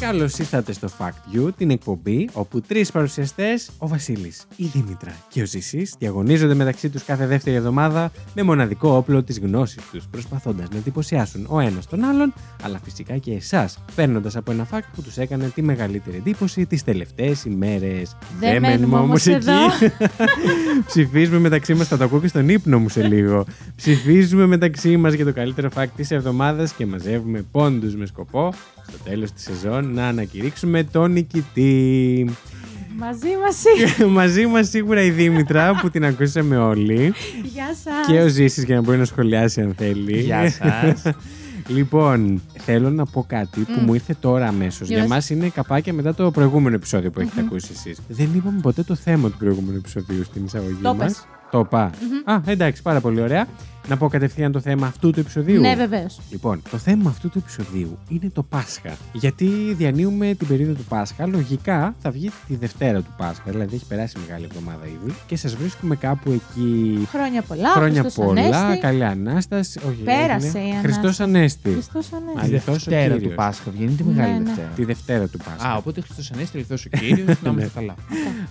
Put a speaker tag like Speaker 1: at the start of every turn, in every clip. Speaker 1: Καλώς ήρθατε στο Fact You, την εκπομπή όπου τρεις παρουσιαστές, ο Βασίλης, η Δήμητρα και ο Ζήσης, διαγωνίζονται μεταξύ τους κάθε δεύτερη εβδομάδα με μοναδικό όπλο της γνώσης τους, προσπαθώντας να εντυπωσιάσουν ο ένας τον άλλον, αλλά φυσικά και εσάς, παίρνοντας από ένα fact που τους έκανε τη μεγαλύτερη εντύπωση τις τελευταίες ημέρες.
Speaker 2: Δεν
Speaker 1: Ε,
Speaker 2: μένουμε όμως εδώ.
Speaker 1: Ψηφίζουμε μεταξύ μας, θα το ακούω και στον ύπνο μου σε λίγο. Ψηφίζουμε μεταξύ μας για το καλύτερο fact της εβδομάδας και μαζεύουμε πόντους με σκοπό στο τέλος της σεζόν να ανακηρύξουμε τον νικητή.
Speaker 2: Μαζί μας είναι.
Speaker 1: Μαζί μας σίγουρα η Δήμητρα που την ακούσαμε όλοι
Speaker 2: Γεια σας.
Speaker 1: και ο Ζήσης για να μπορεί να σχολιάσει αν θέλει.
Speaker 3: Γεια σας.
Speaker 1: Λοιπόν, θέλω να πω κάτι που
Speaker 2: Μμ.
Speaker 1: μου ήρθε τώρα αμέσως.
Speaker 2: Για
Speaker 1: Για
Speaker 2: πες.
Speaker 1: μας είναι καπάκια μετά το προηγούμενο επεισόδιο που έχετε
Speaker 2: Μμμ.
Speaker 1: ακούσει εσείς. Δεν είπαμε ποτέ το θέμα του προηγούμενου επεισοδίου στην εισαγωγή
Speaker 2: Το
Speaker 1: μα.
Speaker 2: πες.
Speaker 1: Το είπα.
Speaker 2: Μμμ.
Speaker 1: Α, εντάξει, πάρα πολύ ωραία. Να πω κατευθείαν το θέμα αυτού του επεισοδίου.
Speaker 2: Ναι, βεβαίως.
Speaker 1: Λοιπόν, το θέμα αυτού του επεισοδίου είναι το Πάσχα. Γιατί διανύουμε την περίοδο του Πάσχα, λογικά θα βγει τη Δευτέρα του Πάσχα, δηλαδή έχει περάσει μεγάλη εβδομάδα ήδη και σας βρίσκουμε κάπου εκεί.
Speaker 2: Χρόνια πολλά.
Speaker 1: Χρόνια
Speaker 2: Χριστός
Speaker 1: πολλά,
Speaker 2: Ανέστη.
Speaker 1: καλή Ανάσταση. Όχι,
Speaker 2: Πέρασε η Ανάσταση.
Speaker 1: Χριστός Ανέστη.
Speaker 2: Χριστός Ανέστη.
Speaker 3: Τη
Speaker 1: Αληθώς ο
Speaker 3: Δευτέρα
Speaker 1: Κύριος.
Speaker 3: του Πάσχα βγαίνει τη
Speaker 2: Ναι,
Speaker 3: Μεγάλη
Speaker 2: ναι.
Speaker 3: Δευτέρα.
Speaker 1: Τη Δευτέρα Ναι. του Πάσχα.
Speaker 3: Α, οπότε Χριστός Ανέστη, Λιθός ο Κύριος, να είμαστε καλά.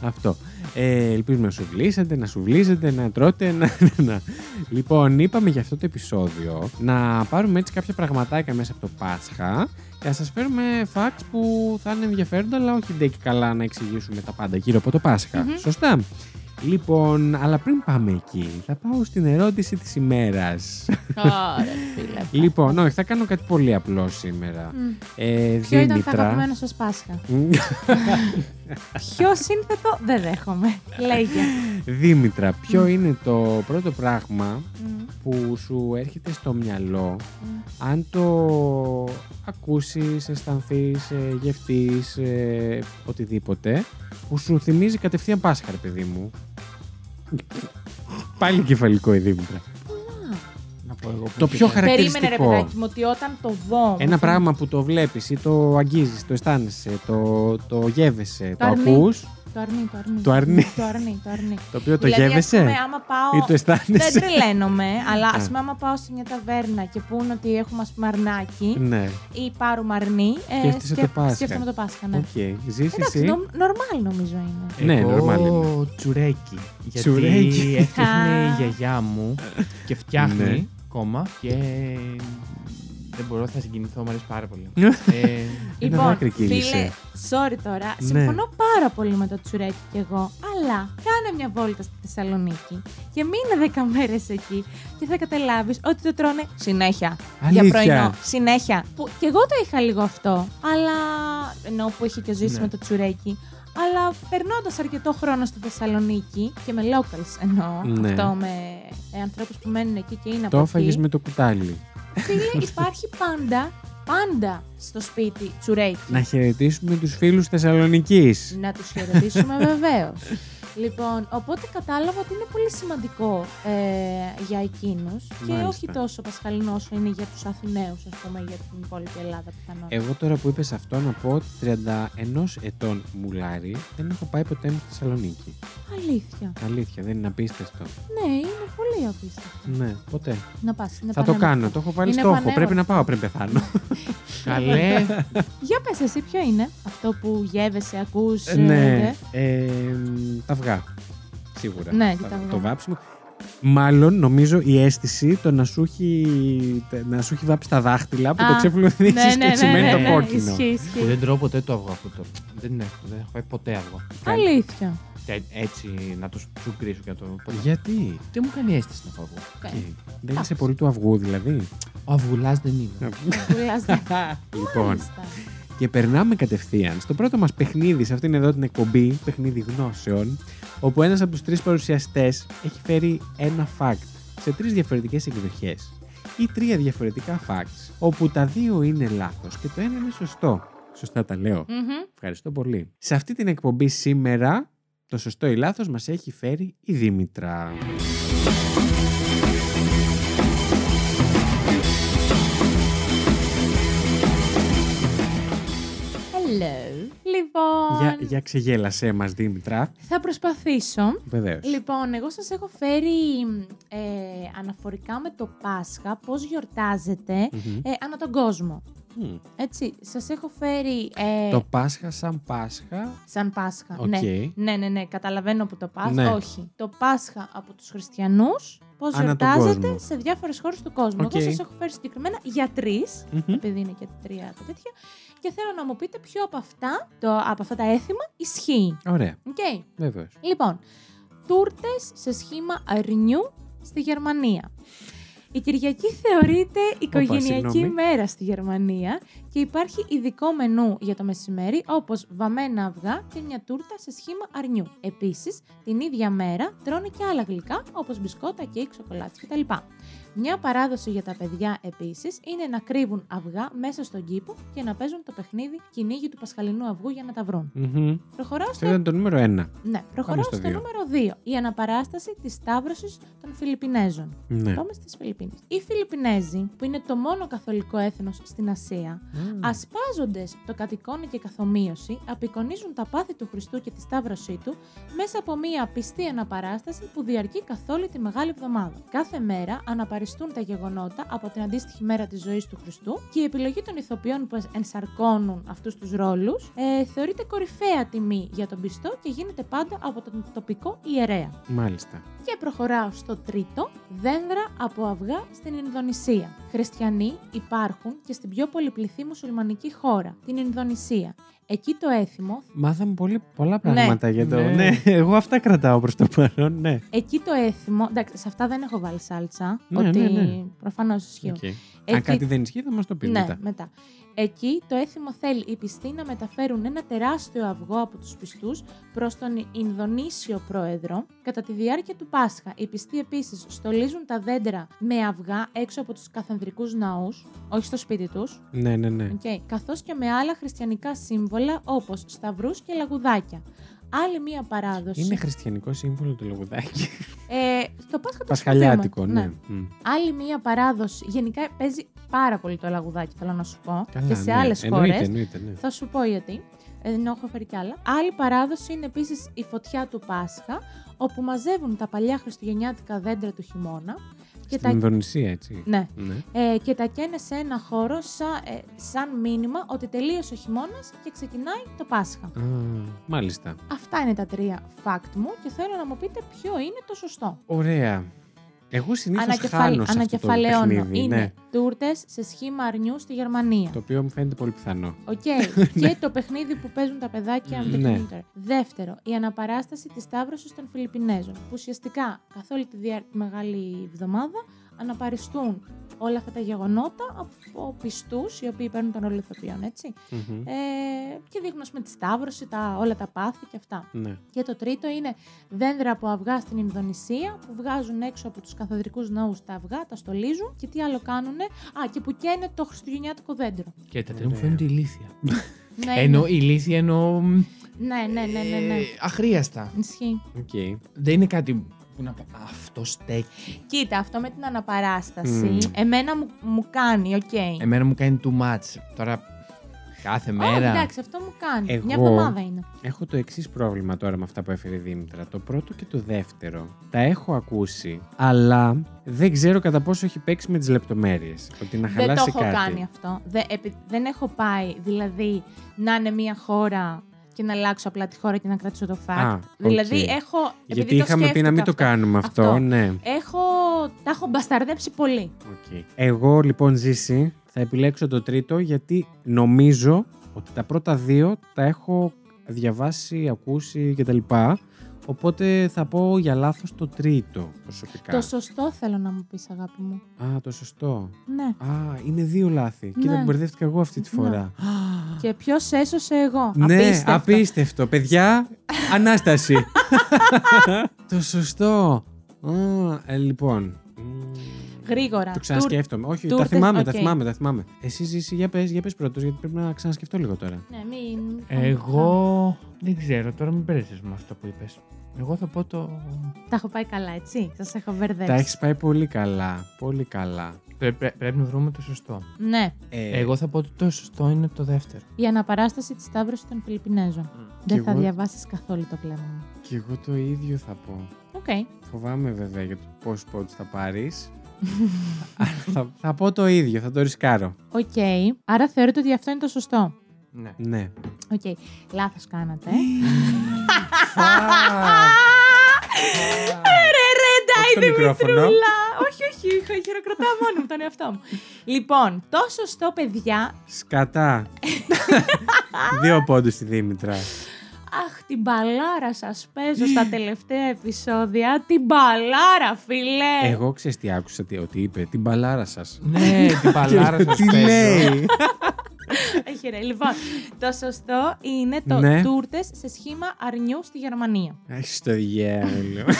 Speaker 1: Αυτό. Ε, ελπίζουμε να σου βλύσετε, να σου βλύσετε, να τρώτε. Να, να. Λοιπόν, είπαμε για αυτό το επεισόδιο να πάρουμε έτσι κάποια πραγματάκια μέσα από το Πάσχα και να σας φέρουμε facts που θα είναι ενδιαφέροντα, αλλά όχι ντε και καλά να εξηγήσουμε τα πάντα γύρω από το πασχα
Speaker 2: Μμμ.
Speaker 1: Σωστά. Λοιπόν, αλλά πριν πάμε εκεί, θα πάω στην ερώτηση της ημέρας.
Speaker 2: Ωραία, φίλε.
Speaker 1: λοιπόν, όχι, θα κάνω κάτι πολύ απλό σήμερα.
Speaker 2: Μμ.
Speaker 1: Ε,
Speaker 2: Ποιο ήταν το
Speaker 1: Δήμητρα-
Speaker 2: αγαπημένο σας Πάσχα. Ποιο σύνθετο δεν δέχομαι. Λέγε.
Speaker 1: Δήμητρα, ποιο είναι το πρώτο πράγμα που σου έρχεται στο μυαλό αν το ακούσεις, αισθανθείς, ε, γευτείς, ε, οτιδήποτε που σου θυμίζει κατευθείαν Πάσχα, ρε παιδί μου. Πάλι κεφαλικό η Δήμητρα.
Speaker 3: Να πω εγώ που
Speaker 1: Το
Speaker 3: πήγα.
Speaker 1: πιο χαρακτηριστικό.
Speaker 2: Περίμενε ρε παιδάκι μου ότι όταν το δω.
Speaker 1: Ένα πράγμα που το βλέπεις ή το αγγίζεις, το αισθάνεσαι, το, το γεύεσαι, το,
Speaker 2: αρνί.
Speaker 1: ακούς,
Speaker 2: Το αρνί, το αρνί.
Speaker 1: Το αρνί.
Speaker 2: Το αρνί, το αρνί.
Speaker 1: το οποίο το
Speaker 2: Δηλαδή, ας
Speaker 1: γεύεσαι
Speaker 2: πούμε, άμα πάω.
Speaker 1: ή το
Speaker 2: Δεν
Speaker 1: αισθάνεσαι.
Speaker 2: τρελαίνομαι, αλλά
Speaker 1: Α.
Speaker 2: α πούμε, άμα πάω σε μια ταβέρνα και πούνε ότι έχουμε ας πούμε αρνάκι
Speaker 1: ναι,
Speaker 2: ή πάρουμε αρνί. ε,
Speaker 1: Σκέφτεσαι το
Speaker 2: σκέφ-
Speaker 1: Πάσχα.
Speaker 2: Σκέφτομαι το Πάσχα, ναι.
Speaker 1: οκ. Ζεις
Speaker 2: Εντάξει,
Speaker 1: εσύ.
Speaker 2: νο- normal νομίζω είναι.
Speaker 1: Ναι, normal
Speaker 3: Εγώ τσουρέκι. Γιατί
Speaker 1: Τσουρέκι.
Speaker 3: έφτιαχνε η
Speaker 2: Α.
Speaker 3: γιαγιά μου και
Speaker 1: Ναι.
Speaker 3: φτιάχνει ακόμα και δεν μπορώ, θα συγκινηθώ, μου αρέσει πάρα πολύ. Ε,
Speaker 1: Ένα
Speaker 2: Λοιπόν,
Speaker 1: δάκρυ κύλησε.
Speaker 2: φίλε, sorry τώρα,
Speaker 1: Ναι.
Speaker 2: συμφωνώ πάρα πολύ με το τσουρέκι κι εγώ, αλλά κάνε μια βόλτα στη Θεσσαλονίκη και μείνε 10 μέρες εκεί και θα καταλάβεις ότι το τρώνε συνέχεια. Για
Speaker 1: Αλήθεια.
Speaker 2: πρωινό, συνέχεια. Που κι εγώ το είχα λίγο αυτό, αλλά ενώ που είχε και ο Ζήσης
Speaker 3: Ναι.
Speaker 2: με το τσουρέκι. Αλλά περνώντας αρκετό χρόνο στη Θεσσαλονίκη και με locals εννοώ,
Speaker 1: Ναι.
Speaker 2: αυτό με ε, ανθρώπους που μένουν εκεί και είναι
Speaker 1: Το
Speaker 2: από εκεί.
Speaker 1: έφαγες με το κουτάλι.
Speaker 2: Φίλε, υπάρχει πάντα, πάντα στο σπίτι τσουρέκι.
Speaker 1: Να χαιρετήσουμε τους φίλους Θεσσαλονικής.
Speaker 2: Να τους χαιρετήσουμε βεβαίως. Λοιπόν, οπότε κατάλαβα ότι είναι πολύ σημαντικό ε, για εκείνους και
Speaker 1: Μάλιστα.
Speaker 2: όχι τόσο πασχαλινό όσο είναι για τους Αθηναίους, ας πούμε, για την υπόλοιπη Ελλάδα πιθανότατα.
Speaker 1: Εγώ τώρα που είπες αυτό να πω ότι 31 ετών μουλάρι δεν έχω πάει ποτέ μου στη Θεσσαλονίκη.
Speaker 2: Αλήθεια.
Speaker 1: Αλήθεια, δεν είναι απίστευτο.
Speaker 2: Ναι, είναι πολύ απίστευτο.
Speaker 1: Ναι, ποτέ.
Speaker 2: Να πας, είναι
Speaker 1: Θα το
Speaker 2: πανέμορφο.
Speaker 1: κάνω, το έχω βάλει
Speaker 2: Είναι
Speaker 1: στόχο.
Speaker 2: πανέμορφο.
Speaker 1: Πρέπει να πάω πριν πεθάνω.
Speaker 3: καλέ,
Speaker 2: Για πες εσύ ποιο είναι αυτό που γεύεσαι, ακούς, ε,
Speaker 1: ναι,
Speaker 2: δε.
Speaker 1: ε, τα αυγά. Σίγουρα.
Speaker 2: Ναι, και
Speaker 1: Τα-
Speaker 2: τα αυγά.
Speaker 1: Το βάψιμο. Μάλλον νομίζω η αίσθηση το να σου έχει, να σου έχει βάψει τα δάχτυλα που
Speaker 2: Α,
Speaker 1: το ξεφλουδίζεις
Speaker 2: ναι, ναι,
Speaker 1: και σου
Speaker 2: ναι,
Speaker 1: μένει
Speaker 2: ναι, ναι,
Speaker 1: το κόκκινο.
Speaker 2: ισχύει,
Speaker 3: που
Speaker 2: ισχύει.
Speaker 3: δεν τρώω ποτέ το αυγό αυτό το. Δεν έχω, δεν έχω φάει ποτέ αυγό.
Speaker 2: Αλήθεια.
Speaker 3: Τε- Έτσι να το σου κρίσω και να το πω.
Speaker 1: Γιατί?
Speaker 3: Δεν μου κάνει αίσθηση να φάω αυγό.
Speaker 2: Ε,
Speaker 1: Και Δεν είσαι πολύ του αυγού δηλαδή.
Speaker 3: Ο αυγουλάς δεν είναι.
Speaker 2: Κουλάς, ναι.
Speaker 1: λοιπόν,
Speaker 2: Μάλιστα.
Speaker 1: και περνάμε κατευθείαν στο πρώτο μας παιχνίδι σε αυτήν εδώ την εκπομπή, παιχνίδι γνώσεων, όπου ένας από τους τρεις παρουσιαστές έχει φέρει ένα fact σε τρεις διαφορετικές εκδοχές ή τρία διαφορετικά facts, όπου τα δύο είναι λάθος και το ένα είναι σωστό. Σωστά τα λέω.
Speaker 2: Μμμ.
Speaker 1: Ευχαριστώ πολύ. Σε αυτή την εκπομπή σήμερα Το σωστό ή λάθος μας έχει φέρει η Δήμητρα.
Speaker 2: Hello. Λοιπόν,
Speaker 1: Για, για ξεγέλασέ μας Δήμητρα.
Speaker 2: θα προσπαθήσω.
Speaker 1: Βεβαίως.
Speaker 2: Λοιπόν, εγώ σας έχω φέρει ε, αναφορικά με το Πάσχα, πώς γιορτάζεται
Speaker 1: Μμμ.
Speaker 2: ε, ανά τον κόσμο.
Speaker 1: Μμ.
Speaker 2: Έτσι, σας έχω φέρει ε,
Speaker 1: Το Πάσχα σαν Πάσχα.
Speaker 2: σαν Πάσχα.
Speaker 1: Οκ.
Speaker 2: Ναι. ναι, ναι, ναι, καταλαβαίνω που το Πάσχα.
Speaker 1: Ναι.
Speaker 2: Όχι. Το Πάσχα από τους χριστιανούς, πώς
Speaker 1: Ανά τον κόσμο.
Speaker 2: γιορτάζεται σε διάφορες χώρες του κόσμου.
Speaker 1: Οκ.
Speaker 2: Εγώ σας έχω φέρει συγκεκριμένα για τρεις,
Speaker 1: Μμμ.
Speaker 2: επειδή είναι και τρία τα τέτοια, και θέλω να μου πείτε ποιο από αυτά, το, από αυτά τα έθιμα ισχύει.
Speaker 1: Ωραία,
Speaker 2: Οκ.
Speaker 1: βεβαίως.
Speaker 2: Λοιπόν, τούρτες σε σχήμα αρνιού στη Γερμανία. Η Κυριακή θεωρείται οικογενειακή
Speaker 1: συγγνώμη.
Speaker 2: μέρα στη Γερμανία και υπάρχει ειδικό μενού για το μεσημέρι όπως βαμμένα αυγά και μια τούρτα σε σχήμα αρνιού. Επίσης, την ίδια μέρα τρώνε και άλλα γλυκά όπως μπισκότα, κέικ, σοκολάτες κτλ. Μια παράδοση για τα παιδιά επίσης είναι να κρύβουν αυγά μέσα στον κήπο και να παίζουν το παιχνίδι κυνήγι του πασχαλινού αυγού για να τα βρουν.
Speaker 1: Μμμ.
Speaker 2: Προχωράω
Speaker 1: Αυτό
Speaker 2: στο
Speaker 1: ήταν το νούμερο ένα.
Speaker 2: ναι, προχωράω
Speaker 1: στο
Speaker 2: στο,
Speaker 1: δύο.
Speaker 2: νούμερο 2. Η αναπαράσταση της σταύρωσης των Φιλιππινέζων.
Speaker 1: Ναι.
Speaker 2: Πάμε στι Φιλιππίνε. Οι Φιλιππινέζοι, που είναι το μόνο καθολικό έθνος στην Ασία,
Speaker 1: Μμ.
Speaker 2: ασπάζονται το κατοικόνι και καθομοίωση, απεικονίζουν τα πάθη του Χριστού και τη σταύρωσή του μέσα από μία πιστή αναπαράσταση που διαρκεί καθ' όλη τη μεγάλη εβδομάδα. Κάθε μέρα αναπαριστούν τα γεγονότα από την αντίστοιχη μέρα της ζωής του Χριστού και η επιλογή των ηθοποιών που ενσαρκώνουν αυτούς τους ρόλους ε, θεωρείται κορυφαία τιμή για τον πιστό και γίνεται πάντα από τον τοπικό ιερέα.
Speaker 1: Μάλιστα.
Speaker 2: Και προχωράω στο τρίτο, δένδρα από αυγά στην Ινδονησία. Χριστιανοί υπάρχουν και στην πιο πολυπληθή μουσουλμανική χώρα, την Ινδονησία. Εκεί το έθιμο,
Speaker 1: Μάθαμε πολύ, πολλά πράγματα για το.
Speaker 3: Ναι.
Speaker 1: ναι, εγώ αυτά κρατάω προς το παρόν. Ναι.
Speaker 2: εκεί το έθιμο, εντάξει, σε αυτά δεν έχω βάλει σάλτσα,
Speaker 1: Ναι,
Speaker 2: ότι
Speaker 1: ναι, ναι.
Speaker 2: προφανώς ισχύουν.
Speaker 1: Οκ.
Speaker 2: Εκεί-
Speaker 1: Αν κάτι δεν ισχύει, θα μας το πεις
Speaker 2: ναι,
Speaker 1: μετά.
Speaker 2: Εκεί το έθιμο θέλει οι πιστοί να μεταφέρουν ένα τεράστιο αυγό από τους πιστούς προς τον Ινδονήσιο πρόεδρο κατά τη διάρκεια του Πάσχα. Οι πιστοί επίσης στολίζουν τα δέντρα με αυγά έξω από τους καθανδρικούς ναούς, όχι στο σπίτι τους,
Speaker 1: Ναι, ναι, ναι.
Speaker 2: okay, καθώς και με άλλα χριστιανικά σύμβολα όπως σταυρούς και λαγουδάκια. Άλλη μία παράδοση.
Speaker 1: Είναι χριστιανικό σύμβολο το λογουδάκι.
Speaker 2: Ε, στο Πάσχα το
Speaker 1: Πασχαλιάτικο,
Speaker 2: ξεπλήμα,
Speaker 1: ναι. Μμ.
Speaker 2: Άλλη μία παράδοση. Γενικά παίζει πάρα πολύ το λαγουδάκι, θέλω να σου πω.
Speaker 1: Καλά,
Speaker 2: και σε
Speaker 1: ναι.
Speaker 2: άλλες
Speaker 1: Εννοείται,
Speaker 2: χώρες.
Speaker 1: εννοείται, ναι.
Speaker 2: Θα σου πω γιατί. Ε, Ενώ έχω φέρει κι άλλα. Άλλη παράδοση είναι επίσης η φωτιά του Πάσχα, όπου μαζεύουν τα παλιά χριστουγεννιάτικα δέντρα του χειμώνα και τα,
Speaker 1: Στην Ινδονησία, έτσι.
Speaker 2: ναι,
Speaker 1: Ναι.
Speaker 2: ε, και τα καίνε σε ένα χώρο σα- ε, σαν μήνυμα ότι τελείωσε ο χειμώνας και ξεκινάει το Πάσχα.
Speaker 1: Α, μάλιστα.
Speaker 2: Αυτά είναι τα τρία fact μου και θέλω να μου πείτε ποιο είναι το σωστό.
Speaker 1: Ωραία. Εγώ συνήθως
Speaker 2: Ανακεφαλ-
Speaker 1: χάνω σε αυτό το παιχνίδι.
Speaker 2: είναι
Speaker 1: Ναι.
Speaker 2: τούρτες σε σχήμα αρνιού στη Γερμανία.
Speaker 1: Το οποίο μου φαίνεται πολύ πιθανό.
Speaker 2: Οκ. και το παιχνίδι που παίζουν τα παιδάκια με το
Speaker 1: Ναι.
Speaker 2: κινητό. Δεύτερο, η αναπαράσταση της Σταύρωσης των Φιλιππινέζων. Που ουσιαστικά καθ' όλη τη διά- τη μεγάλη εβδομάδα αναπαριστούν όλα αυτά τα γεγονότα από πιστούς οι οποίοι παίρνουν τον ρόλο ηθοποιών, έτσι.
Speaker 1: Μμμ.
Speaker 2: Ε, και δείχνουν, ας πούμε, τη Σταύρωση, τα, όλα τα πάθη και αυτά.
Speaker 1: Ναι.
Speaker 2: Και το τρίτο είναι δένδρα από αυγά στην Ινδονησία που βγάζουν έξω από τους καθοδρικούς ναούς τα αυγά, τα στολίζουν και τι άλλο κάνουνε. Α, και που καίνε το χριστουγεννιάτικο δέντρο.
Speaker 3: Και τα τρία
Speaker 1: Ωραία.
Speaker 3: μου φαίνονται ηλίθια.
Speaker 2: Ναι,
Speaker 1: Ε,
Speaker 3: Ενώ ηλίθια εννοώ. μ,
Speaker 2: Ναι, ναι, ναι, ναι. ναι.
Speaker 3: ε, Αχρίαστα.
Speaker 2: Ισχύει.
Speaker 1: Οκ.
Speaker 3: Δεν είναι κάτι που να πω. «Α, Αυτό στέκει.
Speaker 2: Κοίτα, αυτό με την αναπαράσταση,
Speaker 1: Μμμ. Ε,
Speaker 2: εμένα μου, μου κάνει, οκ. Okay.
Speaker 3: Εμένα μου κάνει too much. Τώρα κάθε μέρα.
Speaker 2: εντάξει, αυτό μου κάνει.
Speaker 1: Εγώ-
Speaker 2: Μια εβδομάδα είναι.
Speaker 1: Έχω το εξής πρόβλημα τώρα με αυτά που έφερε η Δήμητρα. Το πρώτο και το δεύτερο τα έχω ακούσει, αλλά δεν ξέρω κατά πόσο έχει παίξει με τις λεπτομέρειες. Ότι να
Speaker 2: Δεν το
Speaker 1: χαλάσει
Speaker 2: έχω
Speaker 1: κάτι.
Speaker 2: κάνει αυτό. Δε- επει- δεν έχω πάει, δηλαδή, να είναι μια χώρα και να αλλάξω απλά τη χώρα και να κρατήσω το fact.
Speaker 1: Α, οκ.
Speaker 2: Δηλαδή, έχω. επειδή
Speaker 1: Γιατί είχαμε πει να μην
Speaker 2: σκέφτηκα
Speaker 1: το
Speaker 2: αυτό,
Speaker 1: κάνουμε αυτό,
Speaker 2: Αυτό.
Speaker 1: ναι.
Speaker 2: Έχω, τα έχω μπασταρδέψει πολύ.
Speaker 1: Οκ. Εγώ λοιπόν ζήσει θα επιλέξω το τρίτο γιατί νομίζω ότι τα πρώτα δύο τα έχω διαβάσει, ακούσει κτλ. Οπότε θα πω για λάθος το τρίτο προσωπικά.
Speaker 2: Το σωστό θέλω να μου πεις αγάπη μου.
Speaker 1: Α, το σωστό.
Speaker 2: Ναι.
Speaker 1: Α, είναι δύο λάθη.
Speaker 2: Ναι.
Speaker 1: Κοίτα που μπερδεύτηκα εγώ αυτή τη
Speaker 2: Ναι.
Speaker 1: φορά.
Speaker 2: Και ποιος έσωσε εγώ.
Speaker 1: Ναι, απίστευτο.
Speaker 2: Απίστευτο.
Speaker 1: Παιδιά, Ανάσταση. το σωστό. Α, ε, λοιπόν. Μμ,
Speaker 2: Γρήγορα.
Speaker 1: Το ξανασκέφτομαι. Όχι, τα
Speaker 2: τούρτες,
Speaker 1: θυμάμαι, τα
Speaker 2: οκ.
Speaker 1: θυμάμαι, τα θυμάμαι. Εσύ ζήσει, για πες, για πες πρώτος, γιατί πρέπει να ξανασκεφτώ λίγο τώρα.
Speaker 2: Ναι, μην.
Speaker 3: Εγώ δεν ξέρω, τώρα μην παίρνει με αυτό που είπες. Εγώ θα πω το.
Speaker 2: Τα έχω πάει καλά, έτσι. Σας έχω μπερδέψει.
Speaker 1: Τα έχεις πάει πολύ καλά, πολύ καλά.
Speaker 3: Πρέ- πρέ- Πρέπει να βρούμε το σωστό.
Speaker 2: Ναι.
Speaker 1: Ε,
Speaker 3: Εγώ θα πω ότι το σωστό είναι το δεύτερο.
Speaker 2: Η αναπαράσταση της Σταύρωσης των Φιλιππινέζων.
Speaker 1: Κι
Speaker 2: Δεν θα
Speaker 1: εγώ-
Speaker 2: διαβάσεις καθόλου το βλέμμα μου.
Speaker 1: Κι εγώ το ίδιο θα πω.
Speaker 2: Οκ.
Speaker 1: Φοβάμαι βέβαια για το πόσους πόντους θα πάρεις. Αλλά θα, θα πω το ίδιο, θα το ρισκάρω.
Speaker 2: Οκ. Άρα θεωρείτε ότι αυτό είναι το σωστό.
Speaker 3: Ναι.
Speaker 1: Ναι.
Speaker 2: Οκ. Λάθος κάνατε. Ρε, ρε,
Speaker 1: Όχι
Speaker 2: Ντάι
Speaker 1: στο μικρόφωνο.
Speaker 2: Δημητρούλα. όχι, όχι, χα- χειροκροτάω μόνο μου τον εαυτό μου. λοιπόν, το σωστό, παιδιά.
Speaker 1: Σκατά. Δύο πόντους στη Δήμητρα.
Speaker 2: Αχ, την μπαλάρα σας παίζω στα τελευταία επεισόδια. Την μπαλάρα, φίλε.
Speaker 1: Εγώ ξέρεις τι άκουσα, τι- ότι είπε, την μπαλάρα σας.
Speaker 3: Ναι, την παλάρα σας
Speaker 1: Τι
Speaker 3: παίζω.
Speaker 1: λέει.
Speaker 2: Όχι, ρε. Λοιπόν, το σωστό είναι το
Speaker 1: Ναι.
Speaker 2: τούρτες σε σχήμα αρνιού στη Γερμανία.
Speaker 1: Έχεις το διάλογο.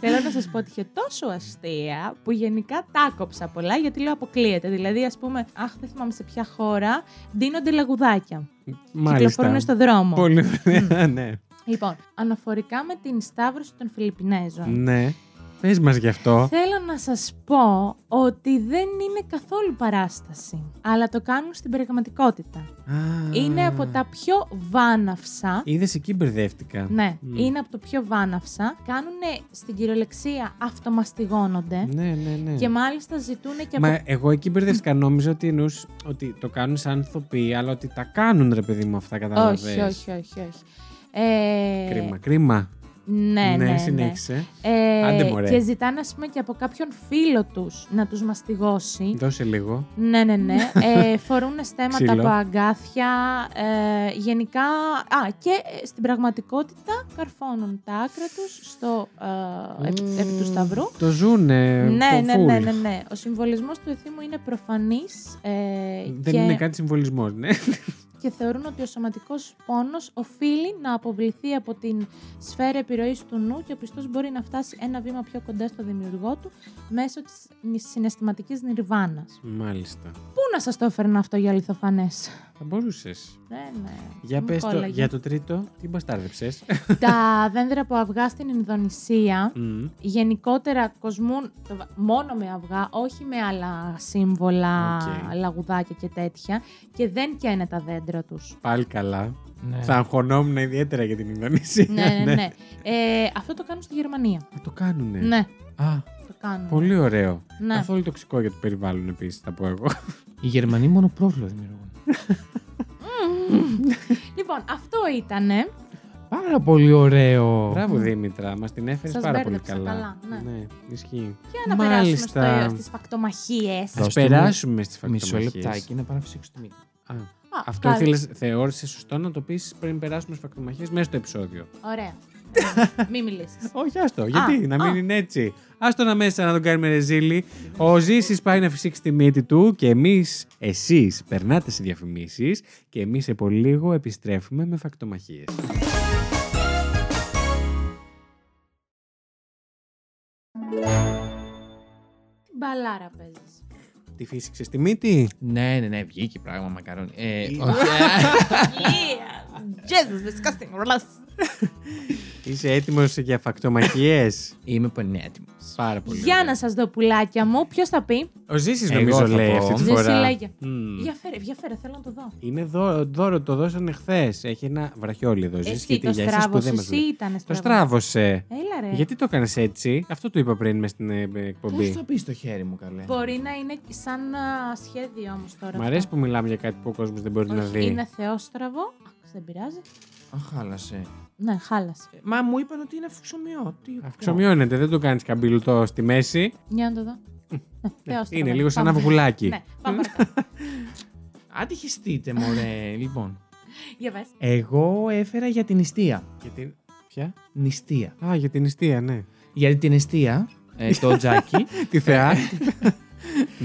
Speaker 2: Θέλω να σας πω ότι είχε τόσο αστεία που γενικά τα κόψα πολλά γιατί λέω αποκλείεται. Δηλαδή, ας πούμε, αχ, δεν θυμάμαι σε ποια χώρα δίνονται λαγουδάκια. Κυκλοφορούν στον δρόμο.
Speaker 1: Πολύ ωραία, ναι.
Speaker 2: Λοιπόν, αναφορικά με την σταύρωση των Φιλιππινέζων.
Speaker 1: Ναι. Πες μας γι' αυτό.
Speaker 2: Θέλω να σας πω ότι δεν είναι καθόλου παράσταση, αλλά το κάνουν στην πραγματικότητα.
Speaker 1: Α,
Speaker 2: Είναι από τα πιο βάναυσα
Speaker 1: Είδες εκεί μπερδεύτηκα.
Speaker 2: Ναι,
Speaker 1: Μμ.
Speaker 2: είναι από το πιο βάναυσα. Κάνουν στην κυριολεξία αυτομαστιγώνονται
Speaker 1: Ναι, ναι, ναι.
Speaker 2: και μάλιστα ζητούν και
Speaker 1: Μα
Speaker 2: από.
Speaker 1: εγώ εκεί μπερδεύτηκα. Νόμιζα ότι εννοούς ότι το κάνουν σαν ηθοποιοί, αλλά ότι τα κάνουν ρε παιδί μου αυτά, καταλαβαίνεις.
Speaker 2: όχι, όχι, όχι, όχι. Ε,
Speaker 1: Κρίμα, κρίμα.
Speaker 2: Ναι, ναι, ναι.
Speaker 1: συνέχισε.
Speaker 2: Ε,
Speaker 1: Άντε, μωρέ.
Speaker 2: και ζητάνε, ας πούμε, και από κάποιον φίλο τους να τους μαστιγώσει.
Speaker 1: Δώσε λίγο.
Speaker 2: Ναι, ναι, ναι. Ε, φορούν στέματα
Speaker 1: Ξύλο.
Speaker 2: από αγκάθια. Ε, γενικά. Α, και ε, στην πραγματικότητα καρφώνουν τα άκρα τους στο, ε, επί, επί του σταυρού.
Speaker 1: Το ζουνε.
Speaker 2: Ναι,
Speaker 1: το
Speaker 2: ναι,
Speaker 1: full.
Speaker 2: ναι, ναι, ναι. Ο συμβολισμός του εθήμου είναι προφανής ε,
Speaker 1: Δεν
Speaker 2: και,
Speaker 1: είναι κάτι συμβολισμός, ναι.
Speaker 2: και θεωρούν ότι ο σωματικός πόνος οφείλει να αποβληθεί από την σφαίρα επιρροής του νου και ο πιστός μπορεί να φτάσει ένα βήμα πιο κοντά στο δημιουργό του μέσω της συναισθηματικής νιρβάνας.
Speaker 1: Μάλιστα.
Speaker 2: Πού να σας το έφερνα αυτό για αληθοφανέ.
Speaker 1: Θα μπορούσες.
Speaker 2: Ναι, ναι.
Speaker 1: Για
Speaker 2: Μου
Speaker 1: πες το,
Speaker 2: κόλλαγες.
Speaker 1: για το τρίτο, τι μπαστάρδεψες.
Speaker 2: Τα δέντρα από αυγά στην Ινδονησία γενικότερα κοσμούν το βα- μόνο με αυγά, όχι με άλλα σύμβολα,
Speaker 1: Οκ.
Speaker 2: λαγουδάκια και τέτοια και δεν καίνε τα δέντρα τους.
Speaker 1: Πάλι καλά.
Speaker 3: Ναι.
Speaker 1: Θα αγχωνόμουν ιδιαίτερα για την Ινδονησία.
Speaker 2: ναι, ναι, ναι. Ε, αυτό το κάνουν στη Γερμανία.
Speaker 1: Θα το κάνουνε.
Speaker 2: Ναι,
Speaker 3: Α,
Speaker 2: το κάνουν.
Speaker 1: Πολύ ωραίο.
Speaker 2: Ναι.
Speaker 1: Καθόλου τοξικό για το περιβάλλον επίσης, θα πω εγώ.
Speaker 3: οι Γερμανοί μόνο πρόβλημα δημιουργούν.
Speaker 2: Λοιπόν, αυτό ήτανε.
Speaker 3: Πάρα πολύ ωραίο.
Speaker 1: Μπράβο Δήμητρα, μας την έφερες
Speaker 2: Σας
Speaker 1: πάρα πολύ
Speaker 2: μπέρδεψα
Speaker 1: καλά.
Speaker 2: καλά, ναι.
Speaker 1: ισχύει.
Speaker 2: Για να περάσουμε στο, στις φακτομαχίες.
Speaker 1: Ας
Speaker 3: Δώστε μου
Speaker 1: περάσουμε στις φακτομαχίε.
Speaker 3: Μισό λεπτάκι να πάω να ψήξω το μήνυμα.
Speaker 2: Α,
Speaker 1: Αυτό
Speaker 2: πάλι.
Speaker 1: ήθελες, θεώρησες σωστό να το πεις πριν περάσουμε στις φακτομαχίες μέσα στο επεισόδιο.
Speaker 2: Ωραία. Μην μιλήσεις.
Speaker 1: Όχι, άστο. Γιατί να μην
Speaker 2: α.
Speaker 1: είναι έτσι. Άστο να μέσα να τον κάνουμε ρεζίλι. Ο Ζήσης πάει να φυσήξει τη μύτη του και εμείς, εσείς, περνάτε σε διαφημίσεις και εμείς σε πολύ λίγο επιστρέφουμε με φακτομαχίες.
Speaker 2: Τι Μπαλάρα παίζεις.
Speaker 1: Τη φύσηξες στη μύτη.
Speaker 3: Ναι, ναι, ναι, βγήκε πράγμα μακαρόνι.
Speaker 1: Ε.
Speaker 3: Ε, όχι.
Speaker 2: Yeah. Jesus, disgusting. Relax.
Speaker 1: Είσαι έτοιμος για φακτομαχίες.
Speaker 3: Είμαι πολύ έτοιμος.
Speaker 1: Πάρα πολύ.
Speaker 2: Για
Speaker 1: ωραία.
Speaker 2: να σας δω πουλάκια μου, ποιος θα πει.
Speaker 1: Ο Ζήσης
Speaker 3: Εγώ
Speaker 1: νομίζω
Speaker 3: θα
Speaker 1: λέει
Speaker 3: πω.
Speaker 1: αυτή τη
Speaker 2: Ζήση
Speaker 1: φορά.
Speaker 2: λέγε.
Speaker 1: Μμμ.
Speaker 2: Για φέρε, για φέρε, θέλω να το δω.
Speaker 1: Είναι δώρο, δώρο, το δώσανε χθες. Έχει ένα βραχιόλι εδώ. Ζήση
Speaker 2: Εσύ
Speaker 1: και τη
Speaker 2: το
Speaker 1: για εσάς που
Speaker 2: στράβωσες,
Speaker 1: δεν μας
Speaker 2: εσύ ήταν
Speaker 1: Το στράβωσες.
Speaker 2: Έλα ρε.
Speaker 1: Γιατί το έκανες έτσι, αυτό το είπα πριν μες στην ε, εκπομπή.
Speaker 3: Πώς το πεις στο χέρι μου, καλέ.
Speaker 2: Μπορεί να είναι σαν α, σχέδιο όμως τώρα.
Speaker 1: Μ' αρέσει δηλαδή.
Speaker 2: αυτό.
Speaker 1: που μιλάμε για κάτι που ο κόσμος δεν μπορεί να
Speaker 2: Όχι,
Speaker 1: δει.
Speaker 2: Είναι θεόστραβο. Α, δεν πειράζει.
Speaker 3: Α, χάλασε.
Speaker 2: Ναι, χάλασε.
Speaker 3: Ε, Μα μου είπαν ότι είναι αυξομοιό. Τι
Speaker 1: Αυξομοιώνεται, δεν το κάνεις καμπυλωτό στη μέση.
Speaker 2: Για να το δω. Ναι, θεόστραβο.
Speaker 1: είναι λίγο σαν
Speaker 2: Πάμε.
Speaker 1: ένα βουγουλάκι.
Speaker 2: Ναι, πάμε παρακάτω.
Speaker 3: Ατυχιστείτε, μωρέ. λοιπόν.
Speaker 2: Για πες.
Speaker 3: Εγώ έφερα για την νηστεία.
Speaker 1: Για την... Ποια?
Speaker 3: Νηστεία.
Speaker 1: Α, για την νηστεία, ναι.
Speaker 3: Για την νηστεία, ε, το τζάκι.
Speaker 1: Τη θεά.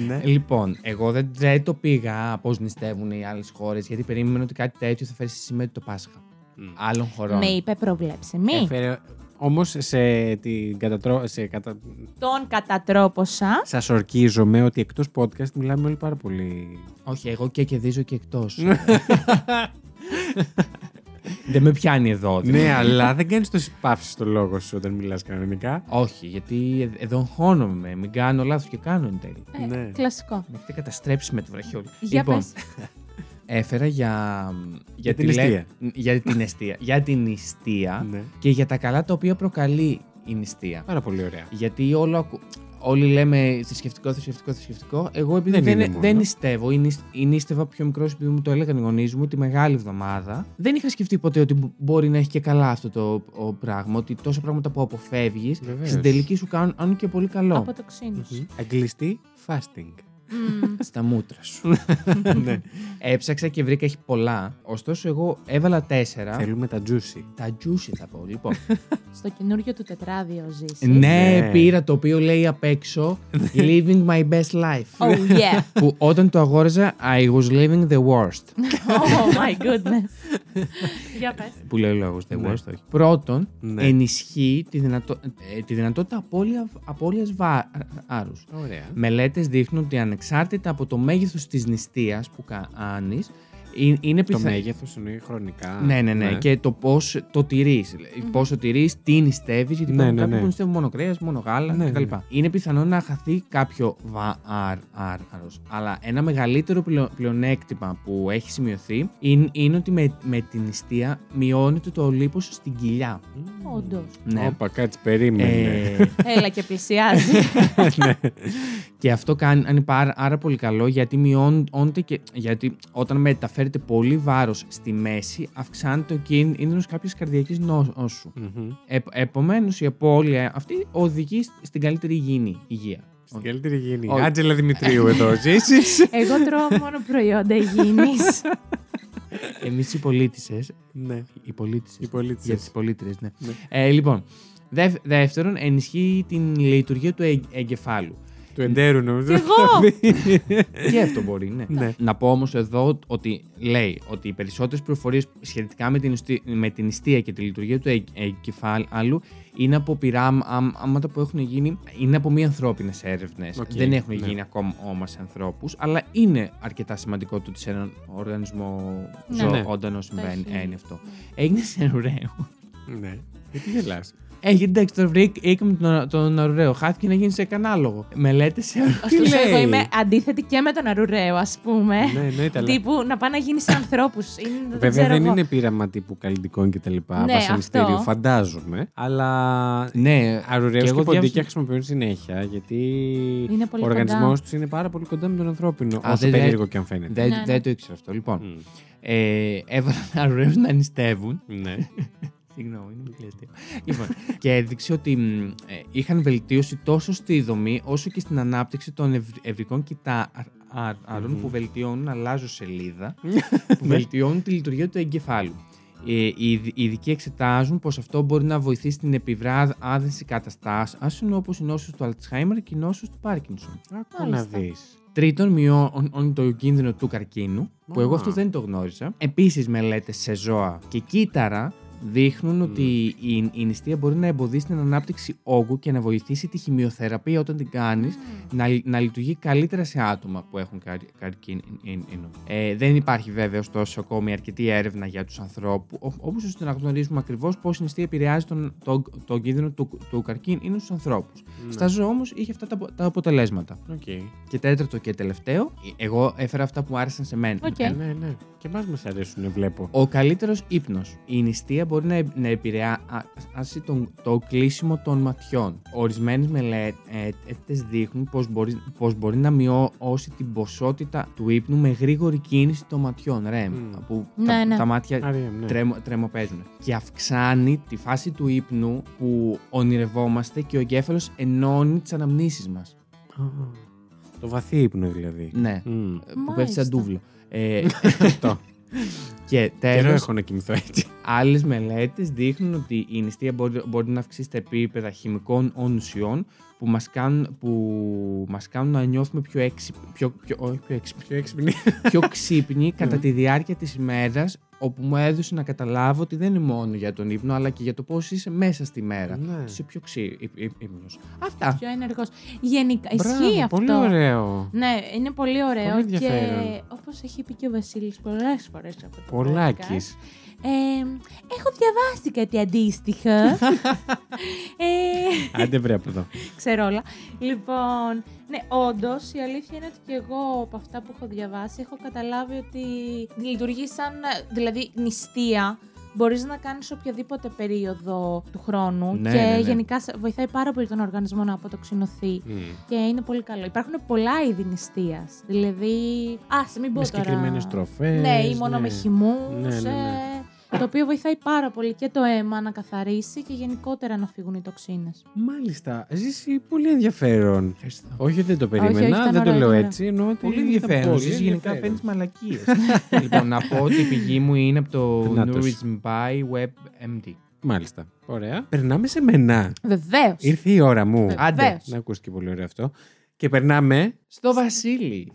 Speaker 1: ναι.
Speaker 3: λοιπόν, εγώ δεν, δεν το πήγα πώς νηστεύουν οι άλλες χώρες, γιατί περίμενα ότι κάτι τέτοιο θα φέρει στη σημαία του το Πάσχα. Άλλων χωρών.
Speaker 2: Με είπε προβλέψιμη.
Speaker 1: Έφερε Όμως σε, την κατατρό... σε κατα...
Speaker 2: Τον κατατρόπωσα.
Speaker 1: σας ορκίζομαι ότι εκτός podcast μιλάμε όλοι πάρα πολύ.
Speaker 3: Όχι, εγώ και κερδίζω και εκτός. Δεν με πιάνει εδώ. δηλαδή.
Speaker 1: ναι, αλλά δεν κάνεις τόση παύση στο λόγο σου όταν μιλάς κανονικά.
Speaker 3: Όχι, γιατί ε- εδώ χώνομαι. Μην κάνω λάθος και κάνω εν τέλει.
Speaker 2: Ε,
Speaker 1: Ναι.
Speaker 2: Κλασικό.
Speaker 3: Με έχετε καταστρέψει με τη βραχιόλη.
Speaker 2: Για
Speaker 3: λοιπόν,
Speaker 2: πες.
Speaker 3: έφερα για.
Speaker 1: Για την νηστεία.
Speaker 3: Για την νηστεία. για την νηστεία
Speaker 1: Ναι.
Speaker 3: και για τα καλά τα οποία προκαλεί η νηστεία.
Speaker 1: Πάρα πολύ ωραία.
Speaker 3: Γιατί όλο ακου- Όλοι λέμε θρησκευτικό, θρησκευτικό, θρησκευτικό. Εγώ επειδή
Speaker 1: Δεν
Speaker 3: δεν,
Speaker 1: είναι
Speaker 3: δεν,
Speaker 1: μόνο.
Speaker 3: νηστεύω, ή νησ- ή νηστεύα πιο μικρός επειδή μου το έλεγαν οι γονείς μου τη μεγάλη εβδομάδα, δεν είχα σκεφτεί ποτέ ότι μπο- μπορεί να έχει και καλά αυτό το ο, πράγμα. Ότι τόσα πράγματα που αποφεύγεις
Speaker 1: Βεβαίως.
Speaker 3: στην τελική σου κάνουν αν και πολύ καλό.
Speaker 2: Από το ξύνο. σου.
Speaker 1: Αγγλιστή fasting.
Speaker 2: Μμμ.
Speaker 3: Στα μούτρα σου. ναι. Έψαξα και βρήκα έχει πολλά. Ωστόσο, εγώ έβαλα τέσσερα.
Speaker 1: Θέλουμε τα juicy.
Speaker 3: Τα juicy θα πω. Λοιπόν,
Speaker 2: Στο καινούριο του τετράδιο ζήσεις.
Speaker 3: ναι,
Speaker 1: Ναι.
Speaker 3: πήρα το οποίο λέει απ' έξω Living my best life.
Speaker 2: Oh yeah.
Speaker 3: που όταν το αγόραζα, I was living the
Speaker 1: Ναι.
Speaker 3: worst.
Speaker 2: Oh my goodness. Για πες.
Speaker 3: που λέει ο λόγος, the
Speaker 1: Ναι.
Speaker 3: worst, όχι. Πρώτον,
Speaker 1: Ναι.
Speaker 3: ενισχύει τη, δυνατο... ε, τη δυνατότητα απώλεια... απώλειας βάρους.
Speaker 1: Ωραία.
Speaker 3: Μελέτες δείχνουν ότι ανεξάρτητα από το μέγεθος της νηστείας που κάνεις, ε,
Speaker 1: Το
Speaker 3: είναι πιθανό.
Speaker 1: μέγεθος εννοεί χρονικά. Ε.
Speaker 3: Ναι, ναι, ναι. Και το πώς το τηρείς. Πόσο τηρείς, τι νηστεύεις, γιατί
Speaker 1: Ναι,
Speaker 3: υπάρχουν
Speaker 1: ναι,
Speaker 3: κάποιοι
Speaker 1: ναι.
Speaker 3: που νηστεύουν μόνο κρέας, μόνο γάλα
Speaker 1: Ναι,
Speaker 3: κτλ.
Speaker 1: ναι, ναι.
Speaker 3: Είναι πιθανό να χαθεί κάποιο βάρο. Αλλά ένα μεγαλύτερο πλεο- πλεονέκτημα που έχει σημειωθεί είναι, είναι ότι με, με την νηστεία μειώνεται το λίπος στην κοιλιά.
Speaker 2: Όντως.
Speaker 3: Ναι.
Speaker 1: Όπα, κάτσε, περίμενε.
Speaker 3: Ε,
Speaker 2: Έλα και πλησιάζει.
Speaker 3: Και αυτό κάνει είναι πάρα, άρα πολύ καλό γιατί μειώνονται και. Γιατί όταν μεταφέρεται πολύ βάρος στη μέση, αυξάνεται ο κίνδυνο κάποια καρδιακής νόσου.
Speaker 1: Μμμ.
Speaker 3: Ε, Επομένως, η απώλεια αυτή οδηγεί στην καλύτερη υγιεινή υγεία.
Speaker 1: Στην καλύτερη γενή.
Speaker 3: Όχι.
Speaker 1: Άτζελα Δημητρίου εδώ ζήσεις.
Speaker 2: Εγώ τρώω μόνο προϊόντα υγιεινής.
Speaker 3: Εμείς οι πολίτησες.
Speaker 1: ναι,
Speaker 3: Οι πολίτησες.
Speaker 1: οι πολίτε.
Speaker 3: Για τις πολίτρες, ναι.
Speaker 1: Ναι.
Speaker 3: Ε, λοιπόν, δεύ- δεύτερον, ενισχύει την λειτουργία του εγ- εγκεφάλου.
Speaker 1: Του εντέρου νομίζω.
Speaker 2: Κι εγώ!
Speaker 3: Και αυτό μπορεί, ναι.
Speaker 1: Ναι.
Speaker 3: Να πω όμως εδώ ότι λέει ότι οι περισσότερες πληροφορίες σχετικά με την, νηστεία- με την νηστεία και τη λειτουργία του εγ- εγκεφάλου είναι από πειράματα που έχουν γίνει. Είναι από μη ανθρώπινες έρευνες.
Speaker 1: Οκ,
Speaker 3: Δεν έχουν
Speaker 1: ναι.
Speaker 3: γίνει ακόμα όμως σε ανθρώπους, αλλά είναι αρκετά σημαντικό το ότι σε έναν οργανισμό
Speaker 2: Ναι.
Speaker 1: Ναι.
Speaker 3: ζωόντανο συμβαίνει
Speaker 2: έχει.
Speaker 3: είναι αυτό. Έγινε σε ωραίο.
Speaker 1: ναι. Γιατί γελά.
Speaker 3: Έχει εντάξει, το βρήκαμε τον, τον ωραίο. Χάθηκε να γίνει σε κανάλογο. Μελέτε σε
Speaker 2: Ωστόσο, εγώ
Speaker 1: λέει?
Speaker 2: είμαι αντίθετη και με τον αρουραίο, ας πούμε.
Speaker 1: ναι, εννοείται. αλλά-
Speaker 2: Τύπου να πάει να γίνει σε ανθρώπους. Δεν
Speaker 1: Βέβαια
Speaker 2: ξέρω
Speaker 1: δεν
Speaker 2: εγώ.
Speaker 1: είναι πείραμα τύπου καλλιτικών και τα λοιπά.
Speaker 2: Ναι,
Speaker 1: βασανιστήριο,
Speaker 2: αυτό.
Speaker 1: φαντάζομαι. Αλλά
Speaker 3: ναι,
Speaker 1: αρουραίο και,
Speaker 3: εγώ
Speaker 1: ποντίκια
Speaker 3: διάβασα-
Speaker 1: χρησιμοποιούν συνέχεια γιατί
Speaker 2: Είναι
Speaker 1: ο
Speaker 2: πολύ
Speaker 1: οργανισμός
Speaker 2: κοντά.
Speaker 1: τους είναι πάρα πολύ κοντά με τον ανθρώπινο.
Speaker 3: Α,
Speaker 1: όσο
Speaker 3: δεν-
Speaker 1: περίεργο και αν φαίνεται.
Speaker 3: Δεν,
Speaker 2: Ναι, ναι.
Speaker 3: δεν το ήξερα αυτό. Λοιπόν,
Speaker 1: Μμ.
Speaker 3: ε, έβαλαν αρουραίους να νηστεύουν.
Speaker 1: Ναι.
Speaker 3: Συγγνώμη, είναι πολύ αστείο. λοιπόν, και έδειξε ότι μ, ε, είχαν βελτίωση τόσο στη δομή όσο και στην ανάπτυξη των ευ- ευρικών κοιτάρων
Speaker 1: Μμμ. Ναι.
Speaker 3: που βελτιώνουν, αλλάζω σελίδα, που βελτιώνουν τη λειτουργία του εγκεφάλου. Ε, οι ειδ- οι ειδικοί εξετάζουν πως αυτό μπορεί να βοηθήσει την επιβράδυνση καταστάσεων όπως οι νόσους του Αλτσχάιμερ και οι νόσους του Πάρκινσον.
Speaker 1: Άκου να
Speaker 2: Μάλιστα.
Speaker 1: δεις.
Speaker 3: Τρίτον, μειώνει το κίνδυνο του καρκίνου, που
Speaker 1: Α.
Speaker 3: εγώ αυτό δεν το γνώριζα. Επίσης, μελέτες σε ζώα και κύτταρα δείχνουν ότι η, η νηστεία μπορεί να εμποδίσει την ανάπτυξη όγκου και να βοηθήσει τη χημειοθεραπεία όταν την κάνεις να, λει- να λειτουργεί καλύτερα σε άτομα που έχουν καρ, καρκίνο. Ε, δεν υπάρχει βέβαια ωστόσο ακόμη αρκετή έρευνα για τους ανθρώπου, όπως ώστε να γνωρίζουμε ακριβώς πώς η νηστεία επηρεάζει τον, τον, τον κίνδυνο του, του καρκίνου στους ανθρώπους. Στα ζώα όμως είχε αυτά τα, απο- τα αποτελέσματα.
Speaker 1: Οκ.
Speaker 3: Και τέταρτο και τελευταίο, ε, εγώ έφερα αυτά που άρεσαν σε μένα.
Speaker 2: Οκ.
Speaker 1: Ε, Ναι, ναι. Και εμάς μας αρέσουν, βλέπω.
Speaker 3: Ο καλύτερος ύπνος. Η νηστεία μπορεί να, να επηρεάσει τον, το κλείσιμο των ματιών. Ορισμένες μελέτες δείχνουν πως μπορείς, πως μπορεί να μειώσει την ποσότητα του ύπνου με γρήγορη κίνηση των ματιών. REM,
Speaker 1: Μμ.
Speaker 3: που
Speaker 2: Ναι,
Speaker 3: τα,
Speaker 2: ναι.
Speaker 3: τα μάτια
Speaker 1: Άρα, ναι.
Speaker 3: τρέμο, τρεμοπαίζουν. Και αυξάνει τη φάση του ύπνου που ονειρευόμαστε και ο εγκέφαλος ενώνει τις αναμνήσεις μας.
Speaker 1: Α, Το βαθύ ύπνο δηλαδή.
Speaker 3: Ναι.
Speaker 1: Μμ.
Speaker 3: Που πέφτει σαν
Speaker 2: Μάλιστα.
Speaker 3: τούβλο. Ε,
Speaker 1: Αυτό.
Speaker 3: και
Speaker 1: Καιρό
Speaker 3: τέλος,
Speaker 1: έχω να κοιμηθώ έτσι.
Speaker 3: Άλλες μελέτες δείχνουν ότι η νηστεία μπορεί, μπορεί να αυξήσει τα επίπεδα χημικών ονουσιών που μας κάνουν, που μας κάνουν να νιώθουμε πιο έξυπνοι, πιο, πιο, όχι πιο έξυπνοι,
Speaker 1: Πιο έξυπνη.
Speaker 3: πιο ξύπνοι κατά τη διάρκεια της ημέρα, όπου μου έδωσε να καταλάβω ότι δεν είναι μόνο για τον ύπνο, αλλά και για το πώς είσαι μέσα στη μέρα.
Speaker 1: Ναι.
Speaker 3: Είσαι πιο ξύ ύ- ύ- ύμνος. Αυτά.
Speaker 2: Πιο ενεργός. Γενικά,
Speaker 1: Μπράβο,
Speaker 2: ισχύει αυτό.
Speaker 1: Πολύ ωραίο.
Speaker 2: Ναι, είναι πολύ ωραίο
Speaker 1: Πολύ
Speaker 2: και
Speaker 1: ενδιαφέρον.
Speaker 2: όπως έχει πει και ο Βασίλης πολλές φορές από το
Speaker 1: Πολλάκι.
Speaker 2: podcast, Ε, έχω διαβάσει κάτι αντίστοιχα. ε,
Speaker 1: Άντε βρε από εδώ.
Speaker 2: ξέρω όλα. Λοιπόν, ναι, όντως η αλήθεια είναι ότι και εγώ από αυτά που έχω διαβάσει έχω καταλάβει ότι λειτουργεί σαν δηλαδή νηστεία. Μπορείς να κάνεις οποιαδήποτε περίοδο του χρόνου
Speaker 3: Ναι,
Speaker 2: και
Speaker 3: ναι, ναι.
Speaker 2: γενικά σε- βοηθάει πάρα πολύ τον οργανισμό να αποτοξινωθεί. Και είναι πολύ καλό. Υπάρχουν πολλά είδη νηστείας. Δηλαδή. Ας, μην πω τώρα.
Speaker 1: Με συγκεκριμένες τροφές.
Speaker 2: Ναι, ή μόνο με χυμούς.
Speaker 1: Ναι, ναι, ναι.
Speaker 2: το οποίο βοηθάει πάρα πολύ και το αίμα να καθαρίσει και γενικότερα να φύγουν οι τοξίνες.
Speaker 1: Μάλιστα. Ζήσει πολύ ενδιαφέρον.
Speaker 3: Ευχαριστώ.
Speaker 1: Όχι, δεν το
Speaker 2: όχι,
Speaker 1: περίμενα,
Speaker 2: ήταν
Speaker 1: δεν το
Speaker 2: ωραίο,
Speaker 1: λέω
Speaker 2: ήταν
Speaker 1: έτσι. Εννοώ ότι
Speaker 3: Πολύ
Speaker 1: ήταν
Speaker 3: ενδιαφέρον.
Speaker 1: πολύ
Speaker 3: Εσείς γενικά
Speaker 1: ενδιαφέρον.
Speaker 3: φέρνει μαλακίες. λοιπόν, να πω ότι η πηγή μου είναι από το
Speaker 1: Να τους.
Speaker 3: Nourism by WebMD.
Speaker 1: Μάλιστα. Ωραία. Περνάμε σε μενά.
Speaker 2: Βεβαίως.
Speaker 1: Ήρθε η ώρα μου.
Speaker 2: Βεβαίως.
Speaker 3: Άντε.
Speaker 1: Να ακούσεις και πολύ ωραίο αυτό. Και περνάμε.
Speaker 3: Στο Βασίλη.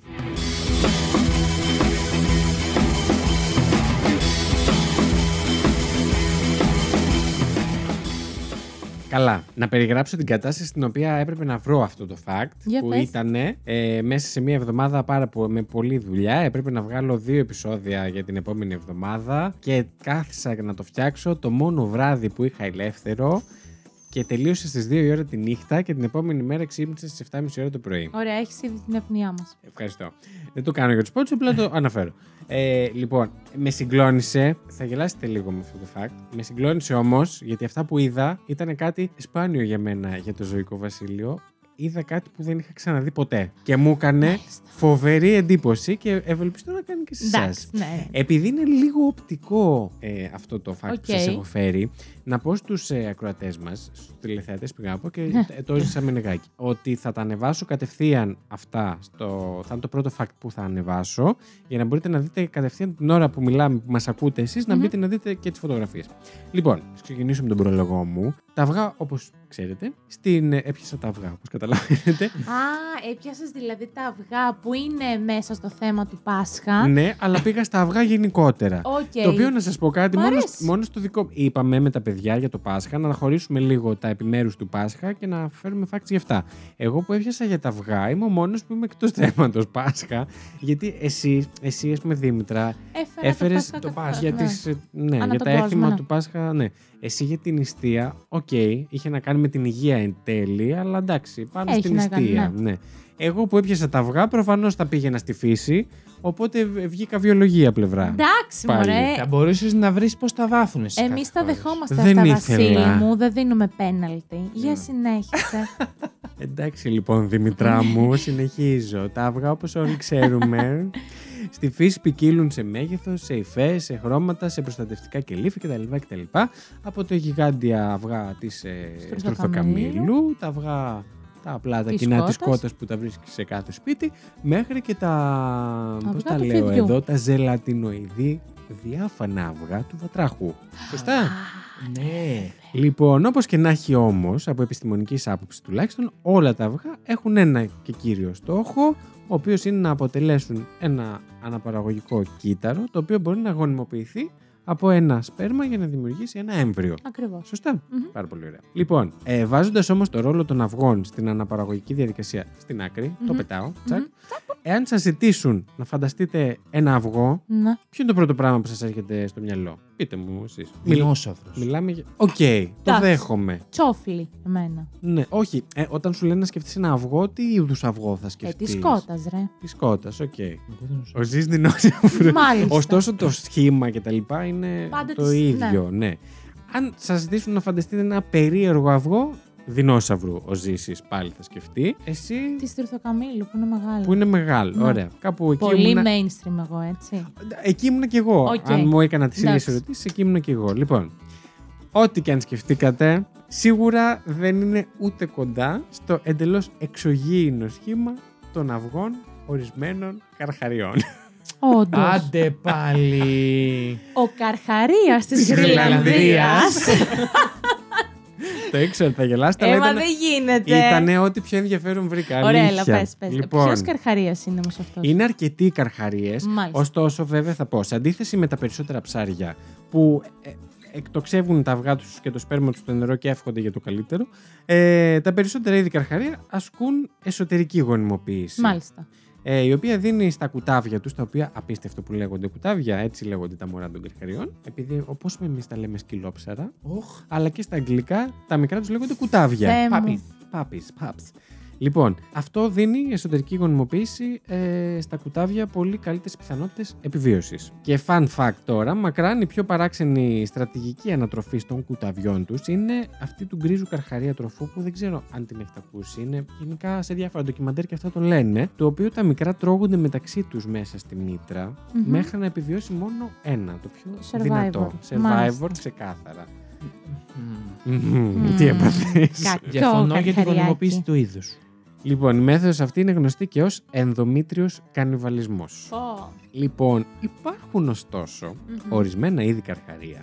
Speaker 1: Καλά. Να περιγράψω την κατάσταση στην οποία έπρεπε να βρω αυτό το fact.
Speaker 2: Για
Speaker 1: που
Speaker 2: πες.
Speaker 1: ήταν ε, μέσα σε μία εβδομάδα πάρα πο- με πολλή δουλειά. Έπρεπε να βγάλω δύο επεισόδια για την επόμενη εβδομάδα. Και κάθισα να το φτιάξω το μόνο βράδυ που είχα ελεύθερο. Και τελείωσε στις 2 η ώρα τη νύχτα και την επόμενη μέρα ξύπνησα στις 7.30 ώρα το πρωί.
Speaker 2: Ωραία, έχεις ήδη την ευνία μας.
Speaker 1: Ευχαριστώ. Δεν το κάνω για τους πόντους, απλά το αναφέρω. Ε, λοιπόν, με συγκλώνησε. Θα γελάσετε λίγο με αυτό το fact. Με συγκλώνησε όμως, γιατί αυτά που είδα ήταν κάτι σπάνιο για μένα για το ζωικό βασίλειο. Είδα κάτι που δεν είχα ξαναδεί ποτέ. Και μου έκανε φοβερή εντύπωση και ευελπιστώ να κάνει και σε εσά.
Speaker 2: Εντάξει, ναι.
Speaker 1: Επειδή είναι λίγο οπτικό ε, αυτό το fact
Speaker 2: Οκ.
Speaker 1: που σας έχω φέρει, να πω στους ε, ακροατές μας, στους τηλεθεατές πήγα από και ε, το έζησα με νεγάκι, ότι θα τα ανεβάσω κατευθείαν αυτά. Στο, θα είναι το πρώτο fact που θα ανεβάσω, για να μπορείτε να δείτε κατευθείαν την ώρα που μιλάμε, που μας ακούτε εσείς, να
Speaker 2: Μμμ.
Speaker 1: μπείτε να δείτε και τις φωτογραφίες. Λοιπόν, ας ξεκινήσω με τον προλογό μου. Τα αυγά, όπως ξέρετε, στην. ε, Έπιασα τα αυγά, όπως καταλαβαίνετε.
Speaker 2: Α, έπιασες δηλαδή τα αυγά που είναι μέσα στο θέμα του Πάσχα.
Speaker 1: ναι, αλλά πήγα στα αυγά γενικότερα.
Speaker 2: Οκ.
Speaker 1: Το οποίο να σας πω κάτι,
Speaker 2: Μ'
Speaker 1: μόνος,
Speaker 2: αρέσει.
Speaker 1: μόνος στο δικό. Είπαμε με τα παιδιά για το Πάσχα να χωρίσουμε λίγο τα επιμέρους του Πάσχα και να φέρουμε facts για αυτά. Εγώ που έπιασα για τα αυγά είμαι ο μόνος που είμαι εκτός θέματος Πάσχα. Γιατί εσύ, εσύ ας πούμε Δήμητρα,
Speaker 2: Έφερε
Speaker 1: έφερε
Speaker 2: το,
Speaker 1: το
Speaker 2: Πάσχα.
Speaker 1: Πάσχα για,
Speaker 2: καθόλου,
Speaker 1: τις, ε, ναι,
Speaker 2: Ανά
Speaker 1: για
Speaker 2: τον
Speaker 1: τα
Speaker 2: κόσμο,
Speaker 1: έθιμα
Speaker 2: ναι.
Speaker 1: του Πάσχα. Ναι. Εσύ για την νηστεία, οκ, είχε να κάνει με την υγεία εν τέλει, αλλά εντάξει, πάνω
Speaker 2: Έχει
Speaker 1: στην
Speaker 2: να κάνει,
Speaker 1: νηστεία. ναι. Εγώ που έπιασα τα αυγά, προφανώς τα πήγαινα στη φύση, οπότε βγήκα βιολογία πλευρά.
Speaker 2: ναι. Εντάξει,
Speaker 1: Πάλι.
Speaker 2: μωρέ.
Speaker 3: Θα μπορούσες να βρεις πώς τα βάφουν εσύ.
Speaker 2: Εμεί τα δεχόμαστε
Speaker 1: Δεν
Speaker 2: αυτά,
Speaker 1: ήθελα.
Speaker 2: Βασίλη μου. Δεν δίνουμε πέναλτι. Για
Speaker 3: Ναι.
Speaker 2: συνέχισε.
Speaker 1: Εντάξει λοιπόν Δημητρά μου, συνεχίζω. Τα αυγά όπως όλοι ξέρουμε στη φύση ποικίλουν σε μέγεθος, σε υφές, σε χρώματα, σε προστατευτικά κελίφη κτλ. κτλ. Από το γιγάντια αυγά της ε,
Speaker 2: Στρουθοκαμήλου.
Speaker 1: στρουθοκαμήλου, τα αυγά τα απλά τα
Speaker 2: Της
Speaker 1: κοινά της
Speaker 2: σκότας.
Speaker 1: κότας που τα βρίσκεις σε κάθε σπίτι, μέχρι και τα, πώς
Speaker 2: Αυγά
Speaker 1: τα
Speaker 2: του
Speaker 1: λέω
Speaker 2: φιδιού.
Speaker 1: εδώ, τα ζελατινοειδή διάφανα αυγά του βατράχου. Σωστά.
Speaker 3: Ναι.
Speaker 1: Λοιπόν, όπως και να έχει όμως, από επιστημονικής άποψης τουλάχιστον, όλα τα αυγά έχουν ένα και κύριο στόχο, ο οποίος είναι να αποτελέσουν ένα αναπαραγωγικό κύτταρο, το οποίο μπορεί να γονιμοποιηθεί από ένα σπέρμα για να δημιουργήσει ένα έμβριο.
Speaker 2: Ακριβώς.
Speaker 1: Σωστά.
Speaker 2: Μμμ.
Speaker 1: Πάρα πολύ ωραία. Λοιπόν, ε, βάζοντας όμως το ρόλο των αυγών στην αναπαραγωγική διαδικασία στην ακρη το
Speaker 2: Μμμ.
Speaker 1: πετάω. Τσακ. Εάν σας ζητήσουν να φανταστείτε ένα αυγό,
Speaker 2: Ναι.
Speaker 1: ποιο είναι το πρώτο πράγμα που σας έρχεται στο μυαλό. Πείτε μου εσείς.
Speaker 3: Δεινόσαυρος.
Speaker 1: Μιλάμε για. Οκ, το
Speaker 2: Εντάξει.
Speaker 1: δέχομαι.
Speaker 2: Τσόφλι, εμένα.
Speaker 1: Ναι, όχι. Ε, όταν σου λένε να σκεφτείς ένα αυγό, τι είδους αυγό θα
Speaker 2: Ε,
Speaker 1: σκεφτείς.
Speaker 2: της σκότα, ρε.
Speaker 1: Της σκότα, οκ. Ο Ζή δεινόσαυρος.
Speaker 2: Μάλιστα.
Speaker 1: Ωστόσο το σχήμα και τα λοιπά είναι
Speaker 2: Πάντα
Speaker 1: το
Speaker 2: της-
Speaker 1: ίδιο, ναι. Αν σας ζητήσουν να φανταστείτε ένα περίεργο αυγό, δεινόσαυρου ο Ζήσης πάλι θα σκεφτεί. Εσύ
Speaker 2: Της τριθοκαμίλου που είναι μεγάλη.
Speaker 1: που είναι μεγάλο.
Speaker 2: Ναι.
Speaker 1: Ωραία. Κάπου εκεί
Speaker 2: Πολύ
Speaker 1: ήμουνα-
Speaker 2: mainstream εγώ, έτσι.
Speaker 1: Εκεί ήμουν και εγώ.
Speaker 2: Οκ.
Speaker 1: Αν μου έκανα τις ίδιες
Speaker 2: Εντάξει.
Speaker 1: ερωτήσεις, εκεί ήμουν και εγώ. Λοιπόν, ό,τι και αν σκεφτήκατε, σίγουρα δεν είναι ούτε κοντά στο εντελώς εξωγήινο σχήμα των αυγών ορισμένων καρχαριών.
Speaker 2: Όντως.
Speaker 3: Άντε πάλι.
Speaker 2: Ο καρχαρίας της
Speaker 1: Της
Speaker 2: Γρυλανδίας.
Speaker 1: Γροιλανδίας. Το ήξερα, θα γελάσετε.
Speaker 2: Ε, μα
Speaker 1: αλλά
Speaker 2: δεν γίνεται.
Speaker 1: ήταν ό,τι πιο ενδιαφέρον βρήκα.
Speaker 2: Ωραία,
Speaker 1: αλήθεια.
Speaker 2: αλλά πες, πες.
Speaker 1: Λοιπόν,
Speaker 2: Ποιος καρχαρίας είναι όμως αυτός.
Speaker 1: είναι αρκετοί οι καρχαρίες.
Speaker 2: Μάλιστα.
Speaker 1: Ωστόσο, βέβαια, θα πω σε αντίθεση με τα περισσότερα ψάρια που ε, εκτοξεύουν τα αυγά τους και το σπέρμα τους στο νερό και εύχονται για το καλύτερο, ε, τα περισσότερα είδη καρχαρία ασκούν εσωτερική γονιμοποίηση.
Speaker 2: Μάλιστα.
Speaker 1: ε, η οποία δίνει στα κουτάβια τους, τα οποία απίστευτο που λέγονται κουτάβια, έτσι λέγονται τα μωρά Ε, των κρυχαριών, επειδή όπως εμείς τα λέμε σκυλόψαρα,
Speaker 3: Οχ.
Speaker 1: αλλά και στα αγγλικά τα μικρά τους λέγονται κουτάβια.
Speaker 2: Θεέ μου.
Speaker 1: Πάπις. Πάπις. Πάπι. Λοιπόν, αυτό δίνει εσωτερική γονιμοποίηση ε, στα κουτάβια πολύ καλύτερες πιθανότητες επιβίωσης. Και fun fact τώρα, μακράν η πιο παράξενη στρατηγική ανατροφής των κουταβιών τους είναι αυτή του γκρίζου καρχαρία τροφού που δεν ξέρω αν την έχετε ακούσει. Είναι γενικά σε διάφορα ντοκιμαντέρ και αυτά το λένε. Το οποίο τα μικρά τρώγονται μεταξύ τους μέσα στη μητρα
Speaker 2: Μμμ.
Speaker 1: μέχρι να επιβιώσει μόνο ένα, το πιο
Speaker 2: Survivor.
Speaker 1: δυνατό.
Speaker 2: Μάλιστα.
Speaker 1: Survivor, ξεκάθαρα. Τι έπαθε.
Speaker 2: Κακό
Speaker 3: Διαφωνώ για την
Speaker 2: καρχαριάκι.
Speaker 3: γονιμοποίηση του είδους.
Speaker 1: Λοιπόν, η μέθοδος αυτή είναι γνωστή και ως ενδομήτριος κανιβαλισμός.
Speaker 2: Πω.
Speaker 1: Λοιπόν, υπάρχουν ωστόσο
Speaker 2: Μμμ.
Speaker 1: ορισμένα είδη καρχαρία,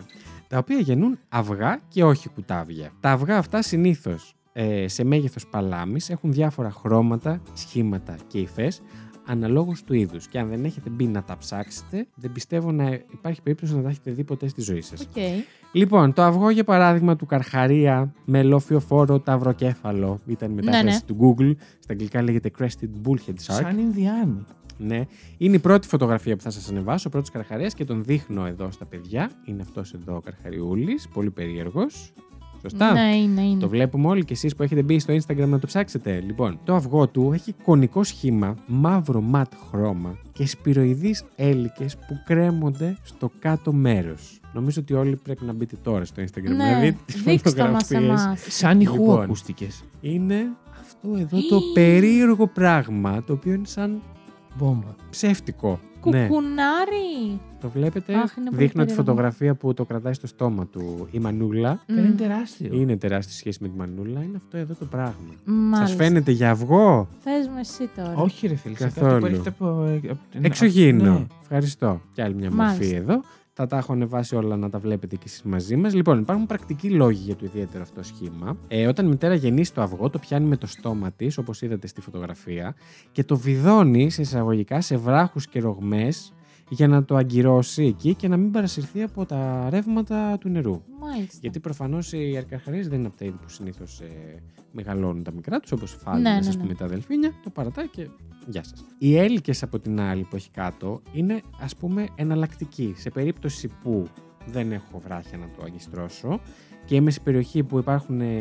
Speaker 1: τα οποία γεννούν αυγά και όχι κουτάβια. Τα αυγά αυτά συνήθως ε, σε μέγεθος παλάμης έχουν διάφορα χρώματα, σχήματα και υφές, αναλόγως του είδους. Και αν δεν έχετε μπει να τα ψάξετε, δεν πιστεύω να υπάρχει περίπτωση να τα έχετε δει ποτέ στη ζωή σας.
Speaker 2: Οκ.
Speaker 1: Λοιπόν, το αυγό για παράδειγμα του Καρχαρία με λόφιο ταυροκέφαλο ήταν η μετάφραση
Speaker 2: Ναι, ναι.
Speaker 1: του Google. Στα αγγλικά λέγεται Crested Bullhead Shark.
Speaker 3: Σαν Ινδιάνοι.
Speaker 1: Ναι. Είναι η πρώτη φωτογραφία που θα σας ανεβάσω, ο πρώτος Καρχαρίας και τον δείχνω εδώ στα παιδιά. Είναι αυτός εδώ ο Καρχαριούλης, πολύ περίεργος. Σωστά.
Speaker 2: Ναι, είναι, είναι.
Speaker 1: Το βλέπουμε όλοι και εσείς που έχετε μπει στο Instagram να το ψάξετε. Λοιπόν, το αυγό του έχει κονικό σχήμα, μαύρο ματ χρώμα και σπυροειδείς έλικες που κρέμονται στο κάτω μέρος. Νομίζω ότι όλοι πρέπει να μπείτε τώρα στο Instagram δηλαδή, να
Speaker 2: Ναι,
Speaker 1: δείτε τις
Speaker 2: δείξτε μας
Speaker 1: φωτογραφίες.
Speaker 2: εμάς.
Speaker 3: Σαν ηχού
Speaker 1: Λοιπόν.
Speaker 3: ακούστηκε.
Speaker 1: Είναι αυτό εδώ το
Speaker 2: Ή.
Speaker 1: περίεργο πράγμα το οποίο είναι σαν
Speaker 3: Μπόμπα.
Speaker 1: ψεύτικο. Ναι,
Speaker 2: Κουκουνάρι.
Speaker 1: το βλέπετε.
Speaker 2: Αχ, είναι πολύ
Speaker 1: Δείχνω τη
Speaker 2: περίεργο.
Speaker 1: φωτογραφία που το κρατάει στο στόμα του η Μανούλα.
Speaker 3: Είναι
Speaker 2: Μ,
Speaker 3: τεράστιο.
Speaker 1: Είναι τεράστια σχέση με τη Μανούλα. Είναι αυτό εδώ το πράγμα. Σας
Speaker 2: Μάλιστα.
Speaker 1: φαίνεται για αυγό.
Speaker 2: Πες μου εσύ τώρα.
Speaker 3: Όχι, ρε φίλε. σε κάτι
Speaker 1: Καθόλου.
Speaker 3: που έρχεται από- ε, από την-
Speaker 1: Εξωγήινο.
Speaker 3: Ναι.
Speaker 1: Ευχαριστώ. Και άλλη μια μορφή
Speaker 2: Μάλιστα.
Speaker 1: εδώ. Θα τα έχω ανεβάσει όλα να τα βλέπετε και εσείς μαζί μας. Λοιπόν, υπάρχουν πρακτικοί λόγοι για το ιδιαίτερο αυτό σχήμα. Ε, όταν η μητέρα γεννήσει το αυγό, το πιάνει με το στόμα της, όπως είδατε στη φωτογραφία, και το βιδώνει σε εισαγωγικά σε βράχους και ρογμές για να το αγκυρώσει εκεί και να μην παρασυρθεί από τα ρεύματα του νερού.
Speaker 2: Μάλιστα.
Speaker 1: Γιατί προφανώς ε, οι αρκαχαρίε δεν είναι από τα είδη που συνήθως μεγαλώνουν τα μικρά τους, όπως οι
Speaker 2: Ναι,
Speaker 1: φάλαινες,
Speaker 2: ναι,
Speaker 1: ας
Speaker 2: ναι.
Speaker 1: πούμε, τα αδελφίνια. Το παρατάει και γεια σας. Οι έλικες από την άλλη που έχει κάτω είναι, ας πούμε, εναλλακτική. Σε περίπτωση που δεν έχω βράχια να το αγκιστρώσω και είμαι σε περιοχή που υπάρχουν ε,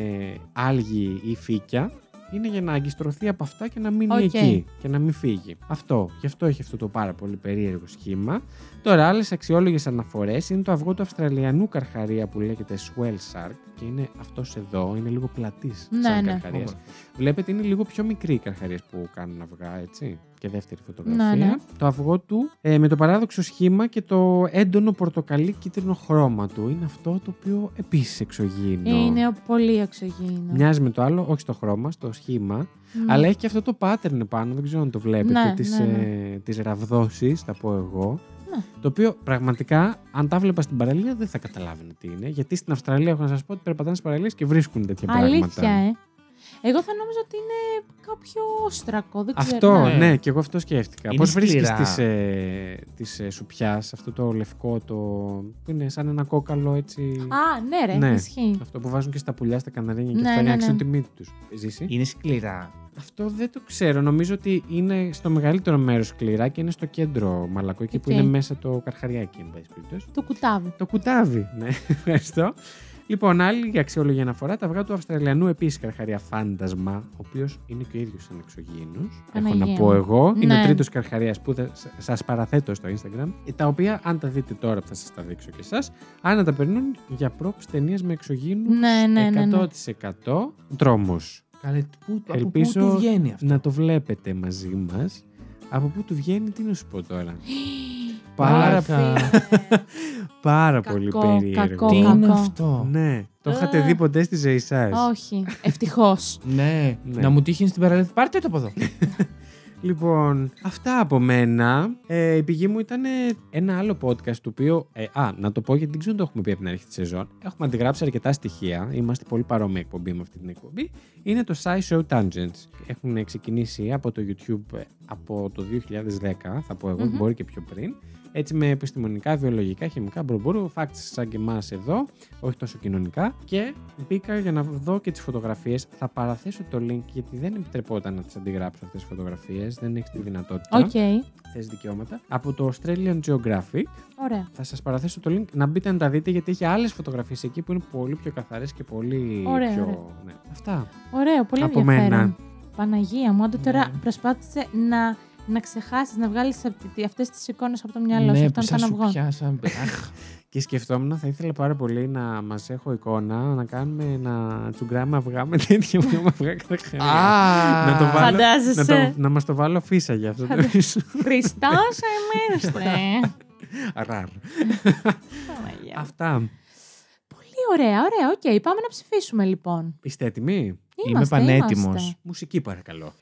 Speaker 1: άλγοι ή φύκια, είναι για να αγκιστρωθεί από αυτά και να μείνει
Speaker 2: Οκ.
Speaker 1: εκεί και να μην φύγει. Αυτό. Γι' αυτό έχει αυτό το πάρα πολύ περίεργο σχήμα. Τώρα, άλλες αξιόλογες αναφορές είναι το αυγό του Αυστραλιανού καρχαρία που λέγεται Swell Shark και είναι αυτός εδώ, είναι λίγο πλατής
Speaker 2: Ναι,
Speaker 1: σαν
Speaker 2: ναι.
Speaker 1: καρχαρίας.
Speaker 3: Όμορφος.
Speaker 1: Βλέπετε, είναι λίγο πιο μικροί οι καρχαρίε που κάνουν αυγά, έτσι. Και δεύτερη φωτογραφία.
Speaker 2: Ναι, ναι.
Speaker 1: Το αυγό του ε, με το παράδοξο σχήμα και το έντονο πορτοκαλί-κίτρινο χρώμα του είναι αυτό το οποίο επίσης εξωγήινο.
Speaker 2: Είναι πολύ εξωγήινο.
Speaker 1: Μοιάζει με το άλλο, όχι στο χρώμα, στο σχήμα.
Speaker 2: Μ,
Speaker 1: Αλλά έχει και αυτό το pattern πάνω, δεν ξέρω αν το βλέπετε,
Speaker 2: Ναι,
Speaker 1: της,
Speaker 2: ναι,
Speaker 1: ε, της ραβδώσης, θα πω εγώ.
Speaker 2: Ναι.
Speaker 1: Το οποίο πραγματικά, αν τα βλέπα στην παραλία, δεν θα καταλάβαινα τι είναι. Γιατί στην Αυστραλία, έχω να σας πω, ότι περπατάνε στις παραλίες και βρίσκουν τέτοια
Speaker 2: Αλήθεια,
Speaker 1: πράγματα.
Speaker 2: ε. Εγώ θα νόμιζα ότι είναι κάποιο όστρακο. Δεν ξέρω.
Speaker 1: Αυτό,
Speaker 3: Ναι.
Speaker 1: ναι, και εγώ αυτό σκέφτηκα.
Speaker 3: Είναι
Speaker 1: Πώς βρίσκεις
Speaker 3: σκληρά.
Speaker 1: τη ε, της, ε, σουπιά, αυτό το λευκό, το. που είναι σαν ένα κόκαλο έτσι.
Speaker 2: Α, ναι, ρε,
Speaker 1: Ναι.
Speaker 2: ισχύει.
Speaker 1: Αυτό που βάζουν και στα πουλιά, στα καναρίνια και
Speaker 2: Ναι,
Speaker 1: αυτά είναι
Speaker 2: ναι, ναι.
Speaker 1: άξιο τη μύτη του. Ζήσει.
Speaker 3: Είναι σκληρά.
Speaker 1: Αυτό δεν το ξέρω. Νομίζω ότι είναι στο μεγαλύτερο μέρος σκληρά και είναι στο κέντρο μαλακό, εκεί που
Speaker 2: Οκ.
Speaker 1: είναι μέσα το καρχαριάκι, εν πάση περιπτώσει.
Speaker 2: Το κουτάβι.
Speaker 1: Το κουτάβι, ναι, ευχαριστώ. Λοιπόν, άλλη αξιόλογη αναφορά, τα αυγά του Αυστραλιανού επίσης καρχαρία φάντασμα, ο οποίος είναι και ο ίδιος σαν εξωγήινο. Έχω
Speaker 2: Παναγία
Speaker 1: να
Speaker 2: μου.
Speaker 1: πω εγώ. Είναι
Speaker 2: Ναι.
Speaker 1: ο τρίτος καρχαρίας που σας παραθέτω στο Instagram. ε, Τα οποία, αν τα δείτε τώρα, που θα σας τα δείξω και εσάς, αν να τα περνούν για πρόψη ταινίας με εξωγήινους.
Speaker 2: Ναι, ναι, ναι. ναι.
Speaker 1: 100% τρόμος.
Speaker 3: Καλέ, πού, από πού
Speaker 1: Ελπίζω
Speaker 3: του βγαίνει αυτό.
Speaker 1: Να το βλέπετε μαζί μας. Από πού του βγαίνει, τι να σου πω τώρα.
Speaker 3: Πάρα
Speaker 2: ναι.
Speaker 1: πάρα
Speaker 2: Κακό,
Speaker 1: πολύ
Speaker 2: κακό.
Speaker 1: περίεργο.
Speaker 3: Τι είναι
Speaker 2: κακό.
Speaker 3: αυτό.
Speaker 1: Ναι, το είχατε
Speaker 2: Ε.
Speaker 1: δει ποτέ στη ζωή σας.
Speaker 2: Όχι. Ευτυχώς.
Speaker 3: Ναι,
Speaker 1: Ναι.
Speaker 3: να μου τύχει στην παραλία. Πάρτε το από εδώ.
Speaker 1: Λοιπόν, αυτά από μένα. Ε, η πηγή μου ήταν ε, ένα άλλο podcast το οποίο. Ε, α, να το πω γιατί δεν ξέρω αν το έχουμε πει από την αρχή της σεζόν. Έχουμε αντιγράψει αρκετά στοιχεία. Είμαστε πολύ παρόμοια εκπομπή με αυτή την εκπομπή. Είναι το SciShow Tangents. Έχουν ξεκινήσει από το YouTube ε, από το 2010, θα πω εγω
Speaker 2: Μμμ.
Speaker 1: μπορεί και πιο πριν. Έτσι με επιστημονικά, βιολογικά, χημικά, μπουρμπουρού, φάξεις σαν και εμάς εδώ, όχι τόσο κοινωνικά. Και μπήκα για να δω και τις φωτογραφίες. Θα παραθέσω το link γιατί δεν επιτρεπόταν να τις αντιγράψω αυτές τις φωτογραφίες. Δεν έχεις τη δυνατότητα.
Speaker 2: Οκ.
Speaker 1: Θες δικαιώματα. Από το Australian Geographic.
Speaker 2: Ωραία.
Speaker 1: Θα σας παραθέσω το link να μπείτε να τα δείτε γιατί έχει άλλες φωτογραφίες εκεί που είναι πολύ πιο καθαρές και πολύ
Speaker 2: Ωραία,
Speaker 1: πιο.
Speaker 2: ωραία.
Speaker 1: Ναι. Αυτά.
Speaker 2: Ωραίο, πολύ
Speaker 1: Από
Speaker 2: ενδιαφέρον.
Speaker 1: μένα.
Speaker 2: Παναγία μου, άντε τώρα
Speaker 3: Ναι.
Speaker 2: προσπάθησε να, να ξεχάσεις, να βγάλεις αυτές τις εικόνες από το μυαλό σου.
Speaker 3: ναι,
Speaker 2: Αυτό
Speaker 3: σαν
Speaker 2: ήταν
Speaker 3: σου
Speaker 2: αυγό.
Speaker 3: πιάσα. Αχ,
Speaker 1: Και σκεφτόμουν, θα ήθελα πάρα πολύ να μας έχω εικόνα, να κάνουμε να τσουγκράμε αυγά με τέτοια μια με αυγά καρχαρία.
Speaker 3: α,
Speaker 1: Να το βάλω. να,
Speaker 2: Φαντάζεσαι.
Speaker 1: το, να μας το βάλω φίσα για αυτό το
Speaker 2: Φαντα-
Speaker 1: επεισόδιο.
Speaker 2: Χριστό εμένα.
Speaker 1: Αράρ. Αυτά.
Speaker 2: Πολύ ωραία, ωραία. Οκ, πάμε να ψηφίσουμε λοιπόν.
Speaker 1: Είστε έτοιμοι?
Speaker 3: Είμαι
Speaker 2: Είμαστε,
Speaker 3: πανέτοιμος.
Speaker 2: είμαστε.
Speaker 1: Μουσική παρακαλώ.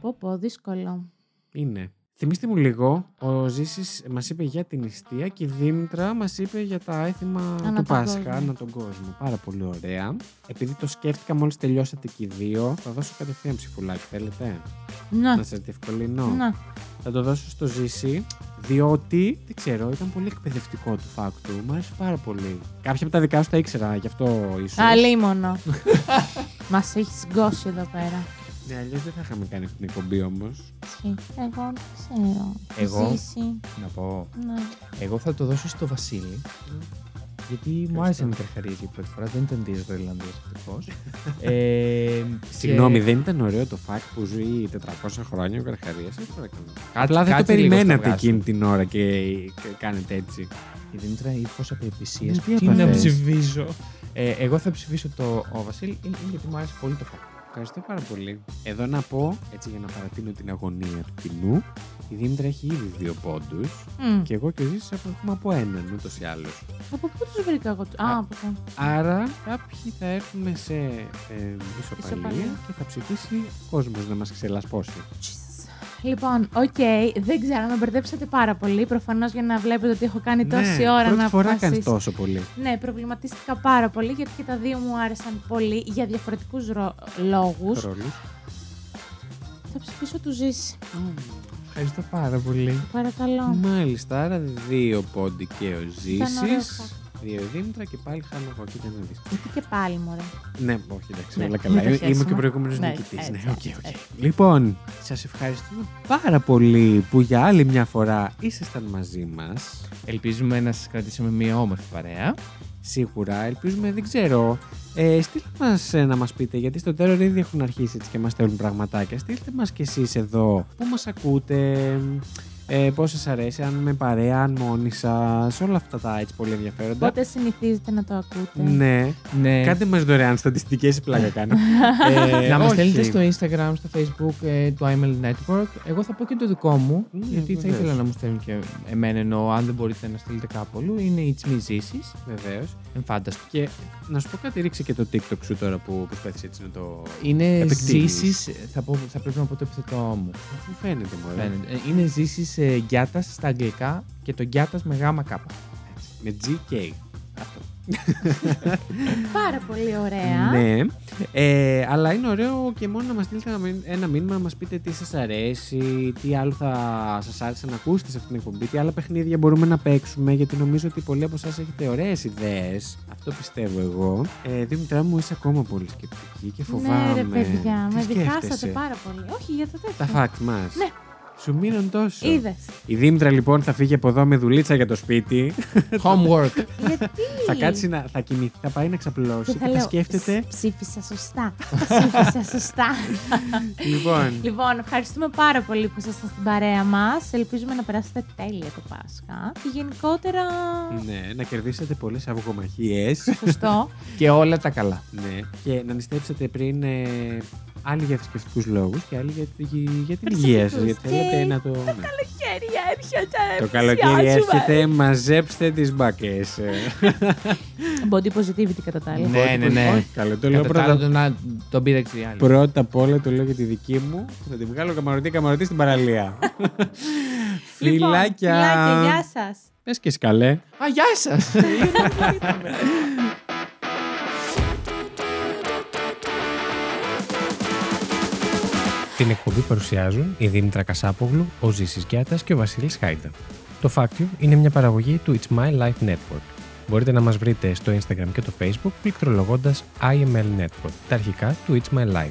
Speaker 2: Πω, πω, δύσκολο.
Speaker 1: Είναι. Θυμήστε μου λίγο, ο Ζήσης μας είπε για την νηστεία και η Δήμητρα μας είπε για τα έθιμα
Speaker 2: Ανά
Speaker 1: του
Speaker 2: τον
Speaker 1: Πάσχα,
Speaker 2: κόσμο.
Speaker 1: ανά τον κόσμο. Πάρα πολύ ωραία. Επειδή το σκέφτηκα μόλις τελειώσατε και οι δύο, θα δώσω κατευθείαν ψηφουλάκι, θέλετε,
Speaker 2: Να,
Speaker 1: να σας διευκολυνώ.
Speaker 2: να.
Speaker 1: Θα το δώσω στο Ζήση, διότι, δεν ξέρω, ήταν πολύ εκπαιδευτικό του φάκτου. Μου άρεσε πάρα πολύ. Κάποια από τα δικά σου τα ήξερα, γι' αυτό ίσως.
Speaker 2: Αλίμονο. Μας έχεις συγκώσει εδώ πέρα.
Speaker 1: Ναι, αλλιώς δεν θα είχαμε κάνει αυτή την εκπομπή όμως.
Speaker 2: Ισχύει. Εγώ δεν ξέρω.
Speaker 3: Εγώ.
Speaker 2: Ζήσει.
Speaker 3: Να πω.
Speaker 2: Ναι.
Speaker 3: Εγώ θα το δώσω στο Βασίλη. Γιατί μου άρεσαν οι καρχαρίε για πρώτη φορά. Δεν ήταν τη Ιρλανδίας ευτυχώς. ε,
Speaker 1: Συγγνώμη,
Speaker 3: και-
Speaker 1: δεν ήταν ωραίο το φακ που ζει 400 χρόνια ο Καρχαρίας.
Speaker 3: Κάτσε-
Speaker 1: Απλά δεν το
Speaker 3: κάτσε λίγο στο
Speaker 1: περιμένατε
Speaker 3: αυγά σου.
Speaker 1: εκείνη την ώρα και και κάνετε έτσι.
Speaker 3: Η Δήμητρα ύφο απελπισία.
Speaker 1: Ναι, τι
Speaker 3: Τι να
Speaker 1: έπαθες.
Speaker 3: ψηφίσω. Ε, εγώ θα ψηφίσω το ο Βασίλη είναι, είναι γιατί μου άρεσε πολύ το φάκελο.
Speaker 1: Ευχαριστώ πάρα πολύ. Εδώ να πω, έτσι για να παρατείνω την αγωνία του κοινού, η Δήμητρα έχει ήδη δύο πόντους
Speaker 2: Μμ.
Speaker 1: και εγώ και ο Ζήσης έχουμε από έναν ούτως ή άλλως.
Speaker 2: Από πού τους βρήκα εγώ. του- Α, από πού.
Speaker 1: Άρα κάποιοι θα έρθουμε σε ε, ισοπαλία,
Speaker 2: Ισοπαλία.
Speaker 1: και θα ψηφίσει ο κόσμος να μας ξελασπώσει.
Speaker 2: Jesus. Λοιπόν, οκ, δεν ξέρω, με μπερδέψατε πάρα πολύ. Προφανώς για να βλέπετε ότι έχω κάνει τόση
Speaker 1: ναι,
Speaker 2: ώρα
Speaker 1: πρώτη
Speaker 2: να
Speaker 1: φορά
Speaker 2: αποφασίσω.
Speaker 1: κάνεις τόσο πολύ.
Speaker 2: Ναι, προβληματίστηκα πάρα πολύ γιατί και τα δύο μου άρεσαν πολύ για διαφορετικούς λόγου.
Speaker 1: Ρόλους.
Speaker 2: Θα ψηφίσω του Ζήση.
Speaker 3: Ευχαριστώ πάρα πολύ.
Speaker 2: Παρακαλώ.
Speaker 1: Μάλιστα, άρα δύο πόντι και ο
Speaker 2: ωραίο
Speaker 1: Ζήσης.
Speaker 2: φακ.
Speaker 1: Δύο δίμητρα και πάλι χάνω εγώ και δεν είναι δύσκολο.
Speaker 2: Και πάλι, μωρέ.
Speaker 1: Ναι, όχι, εντάξει,
Speaker 2: Ναι,
Speaker 1: όλα
Speaker 2: μην
Speaker 1: καλά.
Speaker 2: τα
Speaker 1: Είμαι
Speaker 2: χέσουμε.
Speaker 1: και προηγούμενος
Speaker 2: Ναι,
Speaker 1: νικητής. Ναι,
Speaker 2: έτσι,
Speaker 1: οκ,
Speaker 2: έτσι,
Speaker 1: οκ.
Speaker 2: έτσι.
Speaker 1: Λοιπόν, σας ευχαριστούμε πάρα πολύ που για άλλη μια φορά ήσασταν μαζί μας.
Speaker 3: Ελπίζουμε να σας κρατήσουμε μια όμορφη παρέα.
Speaker 1: Σίγουρα, ελπίζουμε, δεν ξέρω. Ε, στείλτε μας να μας πείτε, γιατί στο τέλο ήδη έχουν αρχίσει έτσι και μας στέλνουν πραγματάκια. Στείλτε μας κι εσείς εδώ πού μας ακούτε, ε, πώς σας αρέσει, αν με παρέα, αν μόνοι σα, όλα αυτά τα έτσι πολύ ενδιαφέροντα.
Speaker 2: Πότε συνηθίζετε να το ακούτε.
Speaker 1: Ναι.
Speaker 3: Ναι.
Speaker 1: Κάντε μας δωρεάν στατιστικές, η πλάκα κάνω. Ε,
Speaker 3: να μας
Speaker 1: όχι.
Speaker 3: στέλνετε στο Instagram, στο Facebook ε, του IML Network. Εγώ θα πω και το δικό μου,
Speaker 1: Ναι,
Speaker 3: γιατί θα
Speaker 1: βεβαίως.
Speaker 3: ήθελα να μου στέλνουν και εμένα εννοώ. Αν δεν μπορείτε να στείλετε κάπου αλλού, είναι It's Me Ζήσεις.
Speaker 1: Βεβαίως.
Speaker 3: Εμφάνταστο.
Speaker 1: Και να σου πω κάτι, ρίξε και το TikTok σου τώρα που προσπάθησε έτσι να το.
Speaker 3: Είναι
Speaker 1: Επεκτείνεις.
Speaker 3: ζήσει. Θα, πω- θα πρέπει να πω το επιθετό μου.
Speaker 1: Αφού φαίνεται μόνο.
Speaker 3: Φαίνεται. Ε, Είναι ζήσει ε, γκιάτα στα αγγλικά και το γκιάτα με γάμα κάπα.
Speaker 1: Με GK.
Speaker 3: Αυτό.
Speaker 2: Πάρα πολύ ωραία.
Speaker 1: Ναι. Ε, αλλά είναι ωραίο και μόνο να μας στείλετε ένα μήν- ένα μήνυμα να μας πείτε τι σας αρέσει, τι άλλο θα σας άρεσε να ακούσετε σε αυτήν την εκπομπή, τι άλλα παιχνίδια μπορούμε να παίξουμε, γιατί νομίζω ότι πολλοί από εσάς έχετε ωραίες ιδέες. Αυτό πιστεύω εγώ. Ε, Δήμητρά μου, είσαι ακόμα πολύ σκεπτική και φοβάμαι.
Speaker 2: Ναι, ρε παιδιά,
Speaker 1: Τι
Speaker 2: με
Speaker 1: σκέφτεσαι?
Speaker 2: διχάσατε πάρα πολύ. Όχι για τα
Speaker 1: Τα
Speaker 2: τέτοια.
Speaker 1: φακ μας.
Speaker 2: Ναι.
Speaker 1: Σου μείναν τόσο.
Speaker 2: Είδες.
Speaker 1: Η Δήμητρα λοιπόν θα φύγει από εδώ με δουλίτσα για το σπίτι.
Speaker 3: Homework.
Speaker 2: Γιατί.
Speaker 1: θα κάτσει να. Θα κοιμηθεί, θα πάει να ξαπλώσει.
Speaker 2: Και
Speaker 1: Θα, θα
Speaker 2: λέω,
Speaker 1: σκέφτεται.
Speaker 2: «Ψ, Ψήφισα σωστά. Ψήφισα σωστά.
Speaker 1: λοιπόν.
Speaker 2: Λοιπόν, ευχαριστούμε πάρα πολύ που ήσασταν στην παρέα μας. Ελπίζουμε να περάσετε τέλεια το Πάσχα. Και γενικότερα.
Speaker 1: ναι, να κερδίσετε πολλές αυγομαχίες.
Speaker 2: Σωστό.
Speaker 3: και όλα τα καλά.
Speaker 1: ναι. Και να νηστέψετε πριν. ε, άλλοι για θρησκευτικούς λόγους και άλλοι για, για την υγεία σας.
Speaker 2: Θρησκευτικούς.
Speaker 1: Γιατί
Speaker 2: Και
Speaker 1: θέλετε να το. ναι.
Speaker 2: Χέρια
Speaker 4: έρχεται.
Speaker 5: Το καλοκαίρι
Speaker 4: πλησιάζουμε.
Speaker 5: έρχεται, μαζέψτε Ε, τις μπακές.
Speaker 2: Body positivity κατά τα άλλα.
Speaker 3: Ναι, ναι, ναι.
Speaker 5: Καλό, το λέω
Speaker 3: Κατά τα άλλα,
Speaker 5: πρώτα.
Speaker 3: το να τον πήραξε η άλλη.
Speaker 5: Πρώτα απ' όλα το λέω για τη δική μου. Θα τη βγάλω καμαρωτή, καμαρωτή στην παραλία.
Speaker 2: Λοιπόν,
Speaker 5: Φιλάκια.
Speaker 2: φιλάκια, γεια σας.
Speaker 5: Πες και σκαλέ.
Speaker 3: Α, γεια σας!
Speaker 1: Την εκπομπή παρουσιάζουν η Δήμητρα Κασάπογλου, ο Ζήσης Γιάτας και ο Βασίλης Χάιντα. Το Fact You είναι μια παραγωγή του It's My Life Network. Μπορείτε να μας βρείτε στο Instagram και το Facebook πληκτρολογώντας IML Network, τα αρχικά του It's My Life.